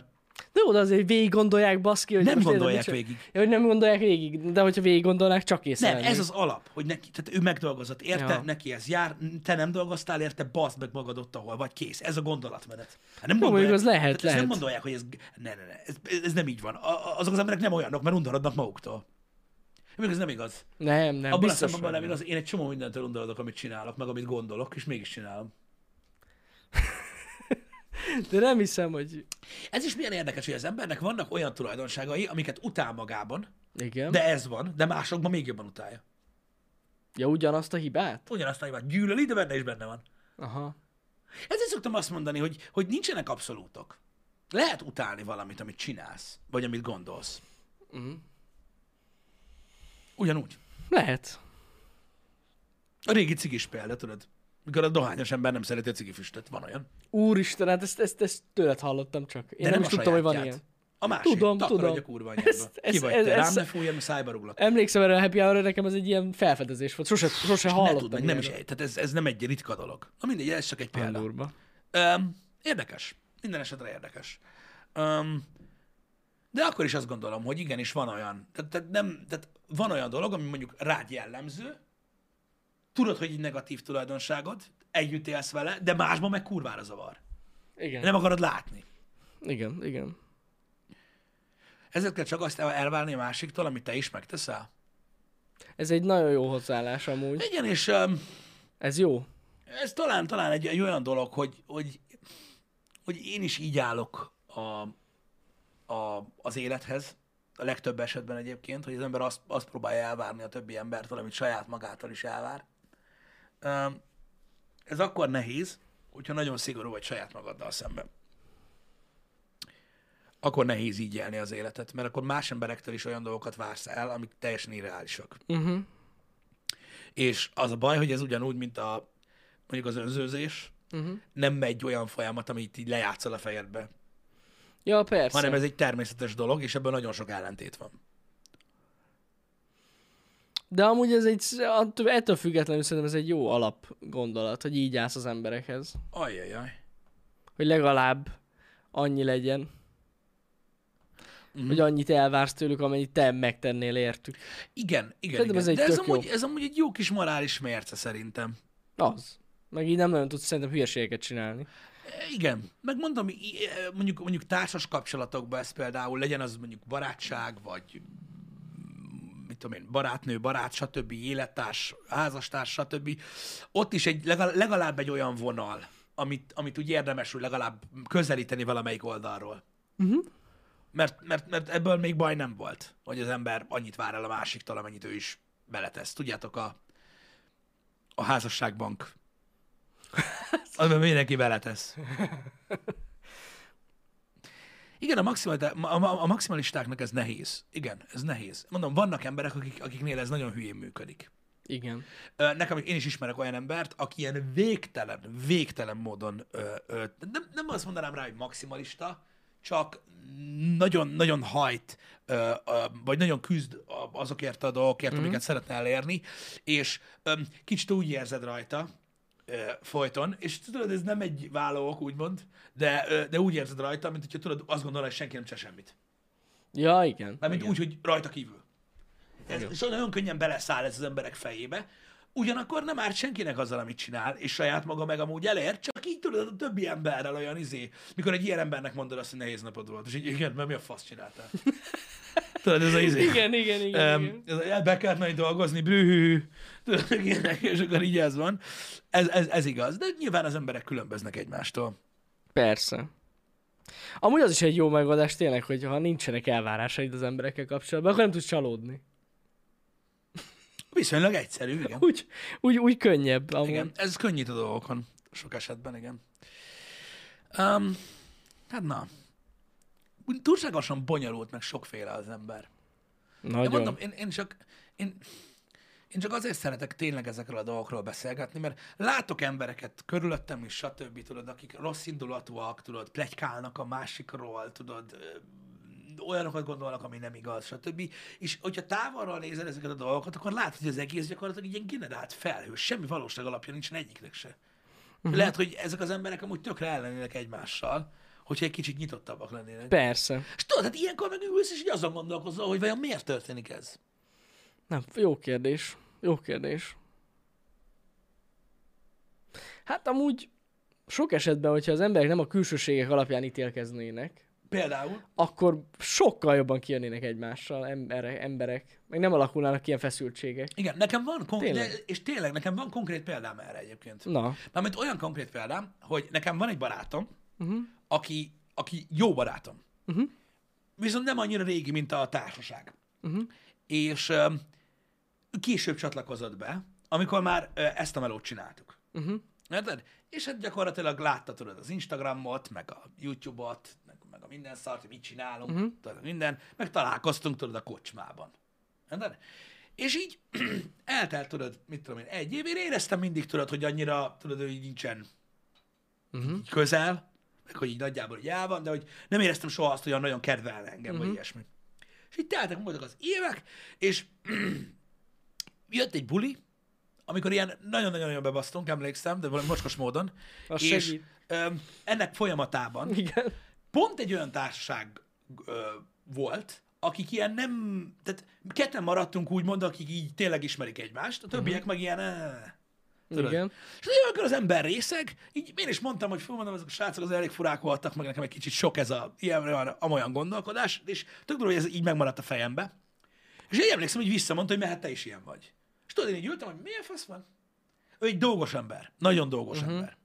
Speaker 2: De jó, de azért végig gondolják, baszki, hogy
Speaker 1: Nem
Speaker 2: most érted,
Speaker 1: gondolják
Speaker 2: mit csin-
Speaker 1: végig.
Speaker 2: Ja, hogy nem gondolják végig, de hogyha végig gondolnák, csak észre.
Speaker 1: Nem, ez az alap, hogy neki, tehát ő megdolgozott, érte,
Speaker 2: Ja.
Speaker 1: neki ez jár, te nem dolgoztál, érte, baszd meg magad ott, ahol vagy, kész. Ez a gondolatmenet. Hát nem
Speaker 2: mondjuk az lehet,
Speaker 1: hát ezt nem
Speaker 2: lehet.
Speaker 1: gondolják, hogy ez, ne, ne, ne, ez, ez nem így van. A, a- azok az emberek nem olyanok, mert undorodnak maguktól. Még ez nem igaz.
Speaker 2: Nem,
Speaker 1: Abban
Speaker 2: nem,
Speaker 1: a
Speaker 2: biztos,
Speaker 1: szempontból
Speaker 2: hogy
Speaker 1: nem igaz, én egy csomó mindentől undorodok, amit csinálok, meg amit gondolok, és mégis csinálom.
Speaker 2: De nem hiszem, hogy...
Speaker 1: Ez is milyen érdekes, hogy az embernek vannak olyan tulajdonságai, amiket utál magában,
Speaker 2: Igen. De...
Speaker 1: de ez van, de másokban még jobban utálja.
Speaker 2: Ja, ugyanazt a hibát?
Speaker 1: ugyanazt a hibát gyűlöli, de benne is benne van.
Speaker 2: Aha.
Speaker 1: Ezért szoktam azt mondani, hogy, hogy nincsenek abszolútok. Lehet utálni valamit, amit csinálsz, vagy amit gondolsz.
Speaker 2: Mhm.
Speaker 1: Ugyanúgy.
Speaker 2: Lehet.
Speaker 1: A régi cigis példa, tudod, mikor a dohányos ember nem szereti a cigifüstöt, van olyan.
Speaker 2: Úristen, hát ezt, ezt, ezt tőled hallottam csak.
Speaker 1: De
Speaker 2: Én nem, nem
Speaker 1: a
Speaker 2: is tudtam, hogy van
Speaker 1: sajátját.
Speaker 2: ilyen.
Speaker 1: A másik.
Speaker 2: Tudom,
Speaker 1: Takarodj
Speaker 2: tudom.
Speaker 1: a kurva anyádba.
Speaker 2: Ezt- ezt-
Speaker 1: Ki vagy
Speaker 2: ez-
Speaker 1: te? Rám
Speaker 2: ez-
Speaker 1: ne fújjam, a szájba ruglak.
Speaker 2: Emlékszem erre a happy hour nekem ez egy ilyen felfedezés volt. Sose, sose
Speaker 1: Ne
Speaker 2: hallottam.
Speaker 1: tudd meg, nem is,
Speaker 2: ilyenről.
Speaker 1: egy- tehát ez, ez nem egy ritka dolog. Na mindegy, ez csak egy
Speaker 2: Olyan
Speaker 1: példa.
Speaker 2: durva.
Speaker 1: Um, érdekes. Minden esetre érdekes. Um, de akkor is azt gondolom, hogy igenis van olyan, tehát, tehát, nem, tehát van olyan dolog, ami mondjuk rád jellemző, tudod, hogy egy negatív tulajdonságod, együtt élsz vele, de másban meg kurvára zavar.
Speaker 2: Igen.
Speaker 1: Nem akarod látni.
Speaker 2: Igen, igen.
Speaker 1: Ezért kell csak azt el- elvárni a másiktól, amit te is megteszel.
Speaker 2: Ez egy nagyon jó hozzáállás amúgy.
Speaker 1: Igen, és um,
Speaker 2: Ez jó.
Speaker 1: ez talán, talán egy, egy olyan dolog, hogy, hogy, hogy én is így állok a, a, az élethez, a legtöbb esetben egyébként, hogy az ember azt, azt próbálja elvárni a többi embertől, amit saját magától is elvár. Um, ez akkor nehéz, hogyha nagyon szigorú vagy saját magaddal szemben. Akkor nehéz így élni az életet, mert akkor más emberektől is olyan dolgokat vársz el, amik teljesen irreálisak.
Speaker 2: Uh-huh.
Speaker 1: És az a baj, hogy ez ugyanúgy, mint a mondjuk az önzőzés,
Speaker 2: Mhm.
Speaker 1: uh-huh. nem megy olyan folyamat, amit így lejátszol a fejedbe,
Speaker 2: Ja, persze.
Speaker 1: hanem ez egy természetes dolog, és ebben nagyon sok ellentét van.
Speaker 2: De amúgy ez egy, attól- ettől függetlenül szerintem ez egy jó alap gondolat, hogy így állsz az emberekhez.
Speaker 1: Ajajaj.
Speaker 2: Hogy legalább annyi legyen.
Speaker 1: Mhm.
Speaker 2: Mm. Hogy annyit elvársz tőlük, amennyit te megtennél értük.
Speaker 1: Igen, igen,
Speaker 2: Szerintem
Speaker 1: igen.
Speaker 2: ez
Speaker 1: Ez
Speaker 2: egy
Speaker 1: De ez
Speaker 2: tök
Speaker 1: amúgy,
Speaker 2: jó.
Speaker 1: ez amúgy egy jó kis morális mérce szerintem.
Speaker 2: Az. Meg így nem nagyon tudsz szerintem hülyeségeket csinálni.
Speaker 1: Igen, megmondom, i- i- mondjuk, mondjuk társas kapcsolatokban ez például legyen az mondjuk barátság, vagy mit tudom én, barátnő, barát, stb. élettárs, házastárs, stb. Ott is egy, legal- legalább egy olyan vonal, amit, amit úgy érdemes úgy legalább közelíteni valamelyik oldalról. Uh-huh. Mert, mert, mert ebből még baj nem volt, hogy az ember annyit vár el a másiktól, amennyit ő is beletesz. Tudjátok, a, a házasságbank. Amiben mindenki beletesz. Igen, a, maximalita- a, a, a maximalistáknak ez nehéz. Igen, ez nehéz. Mondom, vannak emberek, akik, akiknél ez nagyon hülyén működik.
Speaker 2: Igen.
Speaker 1: Ö, Nekem, én is ismerek olyan embert, aki ilyen végtelen, végtelen módon, ö, ö, nem, nem azt mondanám rá, hogy maximalista, csak nagyon-nagyon hajt, ö, ö, vagy nagyon küzd a- azokért a dolgokért, mm. amiket szeretne elérni, és ö, kicsit úgy érzed rajta, ö, folyton, és tudod, ez nem egy vállóok, úgymond, de, ö, de úgy érzed rajta, mint hogyha tudod, azt gondolod, hogy senki nem csinál semmit.
Speaker 2: Ja, igen.
Speaker 1: Mármint úgy, hogy rajta kívül. Ez, és nagyon könnyen beleszáll ez az emberek fejébe. Ugyanakkor nem árt senkinek azzal, amit csinál, és saját maga meg amúgy elér, csak így tudod, a többi emberrel olyan izé, mikor egy ilyen embernek mondod azt, hogy nehéz napod volt, és így, igen, mert mi a fasz csináltál? *laughs* tudod, ez az izé.
Speaker 2: Igen, igen, igen.
Speaker 1: Öm,
Speaker 2: igen.
Speaker 1: ez a- be kellett menni dolgozni, brühű, tudod, ilyenek, és akkor így ez van. Ez, ez, ez igaz, de nyilván az emberek különböznek egymástól.
Speaker 2: Persze. Amúgy az is egy jó megoldás tényleg, hogy ha nincsenek elvárásaid az emberekkel kapcsolatban, akkor nem tudsz csalódni.
Speaker 1: Viszonylag egyszerű, igen.
Speaker 2: Úgy, úgy, úgy könnyebb amúgy.
Speaker 1: Igen,
Speaker 2: Igen.
Speaker 1: ez könnyít a dolgokon. Sok esetben, igen. Um, hát na. Úgy Túlságosan bonyolult, meg sokféle az ember.
Speaker 2: Nagyon.
Speaker 1: Én mondom, én, én csak... Én, én csak azért szeretek tényleg ezekről a dolgokról beszélgetni, mert látok embereket körülöttem is, stb. tudod, akik rossz indulatúak, tudod, plegykálnak a másikról, tudod, ö, olyanokat gondolnak, ami nem igaz, stb. És hogyha távolról nézel ezeket a dolgokat, akkor látod, hogy az egész gyakorlatilag egy ilyen generált felhő, semmi valóság alapja nincsen egyiknek se. Uh-huh. Lehet, hogy ezek az emberek amúgy tökre ellenének egymással, hogyha egy kicsit nyitottabbak lennének.
Speaker 2: Persze.
Speaker 1: És tudod, hát ilyenkor meg ülsz, és így azon gondolkozol, hogy vajon miért történik ez.
Speaker 2: Nem, jó kérdés. Jó kérdés. Hát amúgy sok esetben, hogyha az emberek nem a külsőségek alapján ítélkeznének,
Speaker 1: Például.
Speaker 2: akkor sokkal jobban kijönnének egymással emberek, emberek. Meg nem alakulnának ilyen feszültségek.
Speaker 1: Igen, nekem van konkrét,
Speaker 2: Tényleg. Mm.
Speaker 1: tényleg. és tényleg nekem van konkrét példám erre egyébként.
Speaker 2: Na, *laughs*
Speaker 1: Mármint olyan konkrét példám, hogy nekem van egy barátom, uh-huh. aki, aki jó barátom. Uh-huh. Viszont nem annyira régi, mint a társaság. Uh-huh. És öm, később csatlakozott be, amikor már ö, ezt a melót csináltuk. Uh-huh. Érted? És hát gyakorlatilag látta tudod az Instagramot, meg a YouTube-ot, meg, meg a minden szart, hogy mit csinálunk, uh-huh. tudod, minden, meg találkoztunk tudod a kocsmában. Érted? És így *clears throat* eltelt tudod, mit tudom én, egy év, én éreztem mindig tudod, hogy annyira tudod, hogy így nincsen uh-huh.
Speaker 2: Mhm.
Speaker 1: így közel, meg hogy így nagyjából így el van, de hogy nem éreztem soha azt, hogy olyan nagyon kedvel engem,
Speaker 2: Mhm.
Speaker 1: uh-huh. vagy ilyesmi. És így teltek voltak az évek, és *clears throat* jött egy buli, amikor ilyen nagyon-nagyon-nagyon bebasztunk, emlékszem, de valami mocskos módon.
Speaker 2: Az
Speaker 1: és
Speaker 2: segít.
Speaker 1: öm, ennek folyamatában
Speaker 2: igen.
Speaker 1: pont egy olyan társaság ö, volt, akik ilyen nem, tehát ketten maradtunk úgymond, akik így tényleg ismerik egymást, a többiek uh-huh. meg ilyen, "Á, Tudod?
Speaker 2: Igen.
Speaker 1: És ugye, amikor az ember részeg, így én is mondtam, hogy fölmondom, ezek a srácok az elég furák voltak, meg nekem egy kicsit sok ez a ilyen, olyan, amolyan gondolkodás, és tök durva, hogy ez így megmaradt a fejembe. És én emlékszem, hogy visszamondta, hogy mehet te is ilyen vagy. És tudod, én így ültem, hogy milyen fasz van? Ő egy dolgos ember. Nagyon dolgos uh-huh. ember.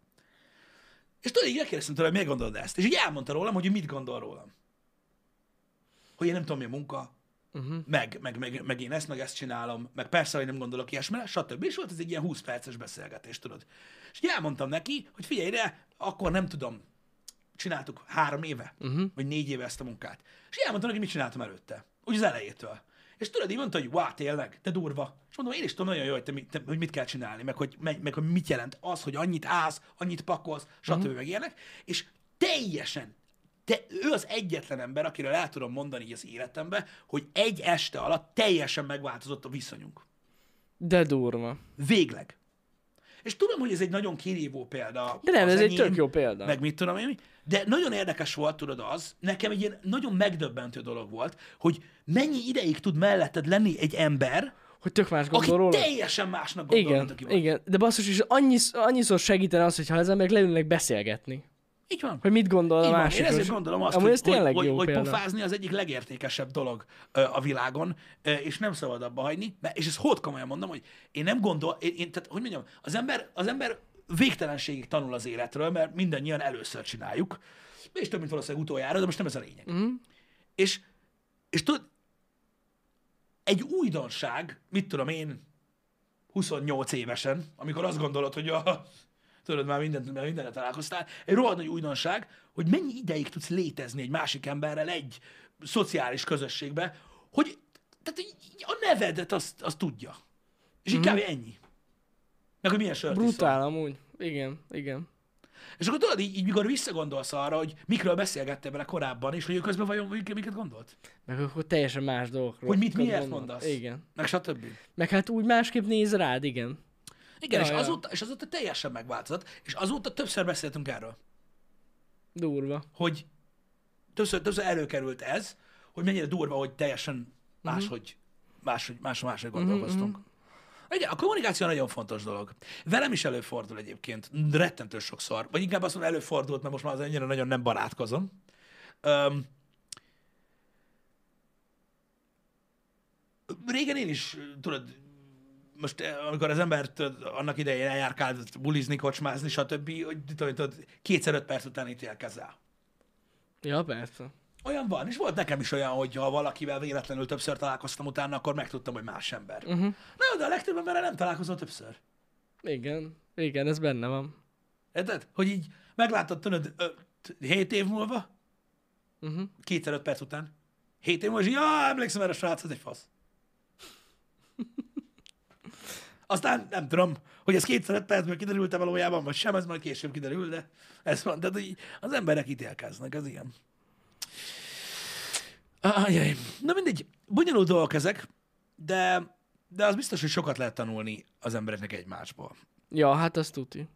Speaker 1: És tudod, így megkérdeztem tőle, hogy miért gondolod ezt? És így elmondta rólam, hogy ő mit gondol rólam. Hogy én nem tudom, mi a munka, uh-huh. meg, meg, meg, meg, én ezt, meg ezt csinálom, meg persze, hogy nem gondolok ilyesmire, stb. És volt ez egy ilyen 20 perces beszélgetés, tudod. És így elmondtam neki, hogy figyelj ide, akkor nem tudom, csináltuk három éve, uh-huh. vagy négy éve ezt a munkát. És így elmondtam neki, mit csináltam előtte. Úgy az elejétől. És tudod, így mondta, hogy wow, tényleg, te durva. És mondom, én is tudom nagyon jó, hogy, te, mi- te, hogy mit kell csinálni, meg hogy, meg, meg hogy mit jelent az, hogy annyit állsz, annyit pakolsz, stb. Uh-huh. meg ilyenek. És teljesen, te, ő az egyetlen ember, akiről el tudom mondani így az életemben, hogy egy este alatt teljesen megváltozott a viszonyunk.
Speaker 2: De durva.
Speaker 1: Végleg. És tudom, hogy ez egy nagyon kirívó példa.
Speaker 2: De nem,
Speaker 1: az
Speaker 2: ez egy
Speaker 1: enyém,
Speaker 2: tök jó példa.
Speaker 1: Meg mit tudom én, de nagyon érdekes volt, tudod az, nekem egy ilyen nagyon megdöbbentő dolog volt, hogy mennyi ideig tud melletted lenni egy ember,
Speaker 2: Hogy tök más
Speaker 1: aki
Speaker 2: gondol róla.
Speaker 1: teljesen másnak gondol, mint
Speaker 2: Igen,
Speaker 1: aki vagy.
Speaker 2: igen. De basszus is annyi, annyiszor segítene az, hogyha az emberek leülnek beszélgetni.
Speaker 1: Így van.
Speaker 2: Hogy mit gondol a
Speaker 1: Így van.
Speaker 2: másik.
Speaker 1: Én ezért gondolom azt,
Speaker 2: Amúgy
Speaker 1: hogy,
Speaker 2: ez tényleg
Speaker 1: hogy,
Speaker 2: jó
Speaker 1: hogy, hogy
Speaker 2: példa.
Speaker 1: pofázni az egyik legértékesebb dolog ö, a világon, ö, és nem szabad abba hagyni, mert, és ezt hót komolyan mondom, hogy én nem gondol, én, én, tehát, hogy mondjam, az ember, az ember végtelenségig tanul az életről, mert mindannyian először csináljuk, és több, mint valószínűleg utoljára, de most nem ez a lényeg.
Speaker 2: Mhm.
Speaker 1: Mm. És, és tudod, egy újdonság, mit tudom én, 28 évesen, amikor azt gondolod, hogy a, tudod, már mindent, már mindenre találkoztál, egy rohadt nagy újdonság, hogy mennyi ideig tudsz létezni egy másik emberrel egy szociális közösségbe, hogy tehát így- így a nevedet azt, azt tudja. És inkább
Speaker 2: Mhm.
Speaker 1: mm. ennyi. Meg hogy milyen sört iszol.
Speaker 2: Brutál amúgy. Igen, igen.
Speaker 1: És akkor tudod, így, így mikor visszagondolsz arra, hogy mikről beszélgettél vele korábban, és hogy ő közben vajon mik- miket gondolt?
Speaker 2: Meg akkor teljesen más dolgokról.
Speaker 1: Hogy mit
Speaker 2: tudod
Speaker 1: miért
Speaker 2: gondolni.
Speaker 1: mondasz?
Speaker 2: Igen.
Speaker 1: Meg stb.
Speaker 2: Meg hát úgy másképp néz rád, igen.
Speaker 1: Igen,
Speaker 2: Ja,
Speaker 1: és,
Speaker 2: ja.
Speaker 1: azóta, és azóta teljesen megváltozott, és azóta többször beszéltünk erről.
Speaker 2: Durva.
Speaker 1: hogy többször, többször előkerült ez, hogy mennyire durva, hogy teljesen máshogy, máshogy, máshogy, máshogy gondolkoztunk. Igen, a kommunikáció nagyon fontos dolog. Velem is előfordul egyébként, rettentő sokszor, vagy inkább azt mondom, előfordult, mert most már az ennyire nagyon nem barátkozom. Öm, régen én is, tudod, most eh, amikor az embert tudod, annak idején eljárkált bulizni, kocsmázni, stb., hogy tudod, tudod, kétszer öt perc után ítélkezel.
Speaker 2: Ja, persze.
Speaker 1: Olyan van, és volt nekem is olyan, hogy ha valakivel véletlenül többször találkoztam utána, akkor megtudtam, hogy más ember. Uh-huh. Na jó, de a legtöbb emberrel nem találkozol többször.
Speaker 2: Igen. Igen, ez benne van.
Speaker 1: Érted? Hogy így meglátod tőled 7 év múlva, uh-huh. kétszer öt perc után, 7 év múlva, és így, "Ja, emlékszem erre a srác, ez egy fasz. Aztán nem tudom, hogy ez kétszer öt percből kiderült-e valójában, vagy sem, ez majd később kiderül, de ez van. Tehát így az emberek ítélkeznek, az ilyen. Ajaj. Na mindegy, bonyolult dolgok ezek, de, de az biztos, hogy sokat lehet tanulni az embereknek egymásból.
Speaker 2: Ja, hát azt tuti.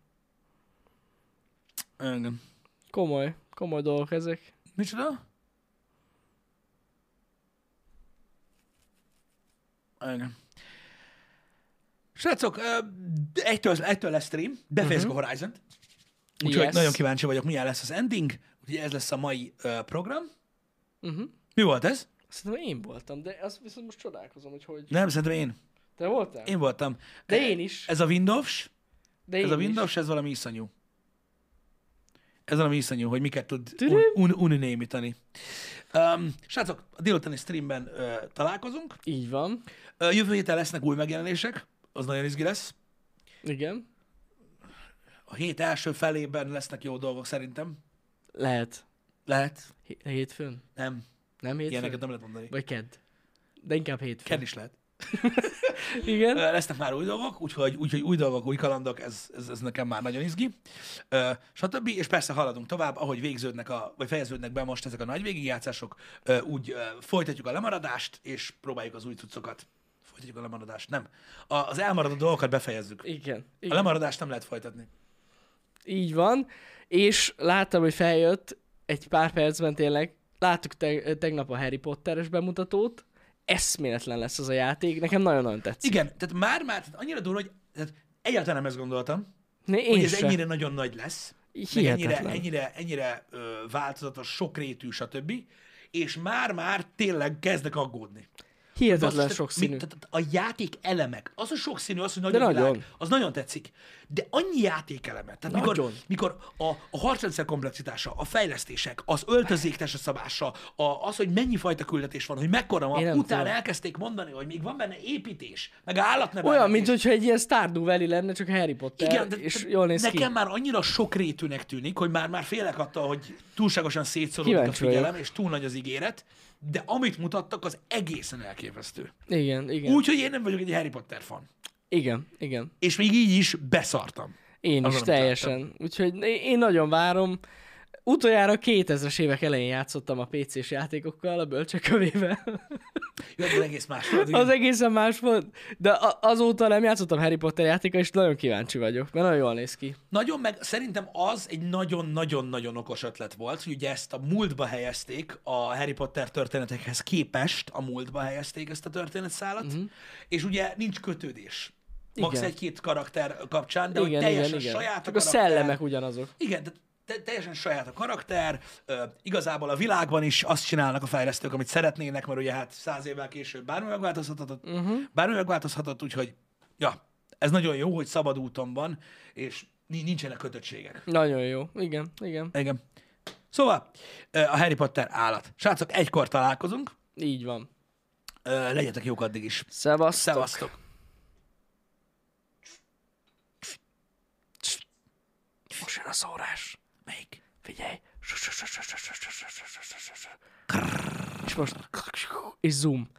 Speaker 1: Igen.
Speaker 2: Komoly. Komoly dolgok ezek.
Speaker 1: Micsoda? Igen. Srácok, ö, egytől, egytől lesz stream, befejezzük uh-huh. a Horizon-t, úgyhogy yes.
Speaker 2: Mhm. Yes.
Speaker 1: nagyon kíváncsi vagyok, milyen lesz az ending, úgyhogy ez lesz a mai ö, program.
Speaker 2: Uh-huh.
Speaker 1: Mi volt ez?
Speaker 2: Szerintem én voltam, de azt viszont most csodálkozom, hogy hogy.
Speaker 1: Nem, szerintem én.
Speaker 2: Te voltál?
Speaker 1: Én voltam.
Speaker 2: De én is.
Speaker 1: Ez a Windows,
Speaker 2: De
Speaker 1: ez
Speaker 2: én
Speaker 1: a
Speaker 2: is.
Speaker 1: Windows, ez valami iszonyú. Ez valami iszonyú, hogy miket tud
Speaker 2: Tüdüm.
Speaker 1: un- un- uninémítani. Um, srácok, a délutáni streamben ö, találkozunk.
Speaker 2: Így van.
Speaker 1: Ö, Jövő héten lesznek új megjelenések, az nagyon izgi lesz.
Speaker 2: Igen.
Speaker 1: A hét első felében lesznek jó dolgok szerintem.
Speaker 2: Lehet.
Speaker 1: Lehet.
Speaker 2: Hé- Hétfőn?
Speaker 1: Nem.
Speaker 2: Nem hétfőn?
Speaker 1: Ilyeneket nem lehet mondani.
Speaker 2: Vagy kedd. De inkább hétfőn.
Speaker 1: Ken is lehet.
Speaker 2: Igen.
Speaker 1: Ö, Lesznek már új dolgok, úgyhogy, úgyhogy új dolgok, új kalandok, ez, ez, ez nekem már nagyon izgi. Ö, stb. És persze haladunk tovább, ahogy végződnek, a, vagy fejeződnek be most ezek a nagy végigjátszások, ö, úgy ö, folytatjuk a lemaradást, és próbáljuk az új cuccokat. Folytatjuk a lemaradást, nem. A, az elmaradó dolgokat befejezzük.
Speaker 2: Igen.
Speaker 1: A
Speaker 2: Igen.
Speaker 1: lemaradást nem lehet folytatni.
Speaker 2: Így van. És láttam, hogy feljött egy pár percben tényleg. Láttuk te- tegnap a Harry Potteres bemutatót. Eszméletlen lesz az a játék. Nekem nagyon-nagyon tetszik.
Speaker 1: Igen, tehát már-már, tehát annyira durva, hogy tehát Egyáltalán nem ezt gondoltam,
Speaker 2: Ne,
Speaker 1: hogy
Speaker 2: én
Speaker 1: ez
Speaker 2: sem.
Speaker 1: ennyire nagyon nagy lesz. meg Ennyire,
Speaker 2: Hihetetlen.
Speaker 1: ennyire, ennyire ö, változatos, sokrétű, stb. És már-már tényleg kezdek aggódni.
Speaker 2: Hihetetlen
Speaker 1: Tehát azt-
Speaker 2: sokszínű.
Speaker 1: mi- tehát A játék elemek, az a sokszínű, az, hogy nagyon,
Speaker 2: De
Speaker 1: világ,
Speaker 2: nagyon.
Speaker 1: az nagyon tetszik. De annyi játék eleme. Tehát
Speaker 2: Nagyon.
Speaker 1: mikor, mikor a, a harcrendszer komplexitása, a fejlesztések, az öltözéktes a szabása, a, az, hogy mennyi fajta küldetés van, hogy mekkora
Speaker 2: Én
Speaker 1: van,
Speaker 2: nem
Speaker 1: utána
Speaker 2: tudom.
Speaker 1: elkezdték mondani, hogy még van benne építés, meg állatnevelés.
Speaker 2: Olyan, mint hogyha egy ilyen Stardew Valley lenne, csak Harry Potter,
Speaker 1: igen, de
Speaker 2: és
Speaker 1: de
Speaker 2: jól néz
Speaker 1: nekem
Speaker 2: ki.
Speaker 1: már annyira sokrétűnek tűnik, hogy már, már félek attól, hogy túlságosan szétszorodik a
Speaker 2: Kíváncsi vagyok.
Speaker 1: figyelem, és túl nagy az ígéret, de amit mutattak, az egészen elképesztő.
Speaker 2: Igen, igen.
Speaker 1: Úgyhogy én nem vagyok egy Harry Potter fan.
Speaker 2: Igen, igen.
Speaker 1: És még így is beszartam.
Speaker 2: Én
Speaker 1: Azon
Speaker 2: is
Speaker 1: nem
Speaker 2: teljesen. Úgyhogy én- én nagyon várom. Utoljára 2000-es évek elején játszottam a PC-s játékokkal, a bölcsekövével.
Speaker 1: Jó, az egész más volt.
Speaker 2: Az
Speaker 1: igen.
Speaker 2: egészen más volt, de a- azóta nem játszottam Harry Potter játéka, és nagyon kíváncsi vagyok, mert nagyon jól néz ki.
Speaker 1: Nagyon meg, szerintem az egy nagyon-nagyon-nagyon okos ötlet volt, hogy ugye ezt a múltba helyezték, a Harry Potter történetekhez képest a múltba helyezték ezt a történetszálat, és ugye nincs kötődés. Max
Speaker 2: Mhm. Igen.
Speaker 1: egy-két karakter kapcsán, de
Speaker 2: igen,
Speaker 1: hogy teljesen
Speaker 2: igen, igen.
Speaker 1: saját
Speaker 2: Csak a
Speaker 1: karakter.
Speaker 2: szellemek ugyanazok.
Speaker 1: Igen, tehát te- teljesen saját a karakter, ö, igazából a világban is azt csinálnak a fejlesztők, amit szeretnének, mert ugye hát száz évvel később bármi megváltozhatott, uh-huh. bármi megváltozhatott, úgyhogy ja, ez nagyon jó, hogy szabad úton van, és ni- nincsenek kötöttségek.
Speaker 2: Nagyon jó. Igen, igen.
Speaker 1: Igen. Szóval, ö, a Harry Potter állat. Srácok, egykor találkozunk,
Speaker 2: Így van.
Speaker 1: ö, legyetek jók addig is.
Speaker 2: Szevasztok.
Speaker 1: Szevasztok!
Speaker 2: Most jön a szórás.
Speaker 1: Melyik?
Speaker 2: Figyelj. És most... És zoom.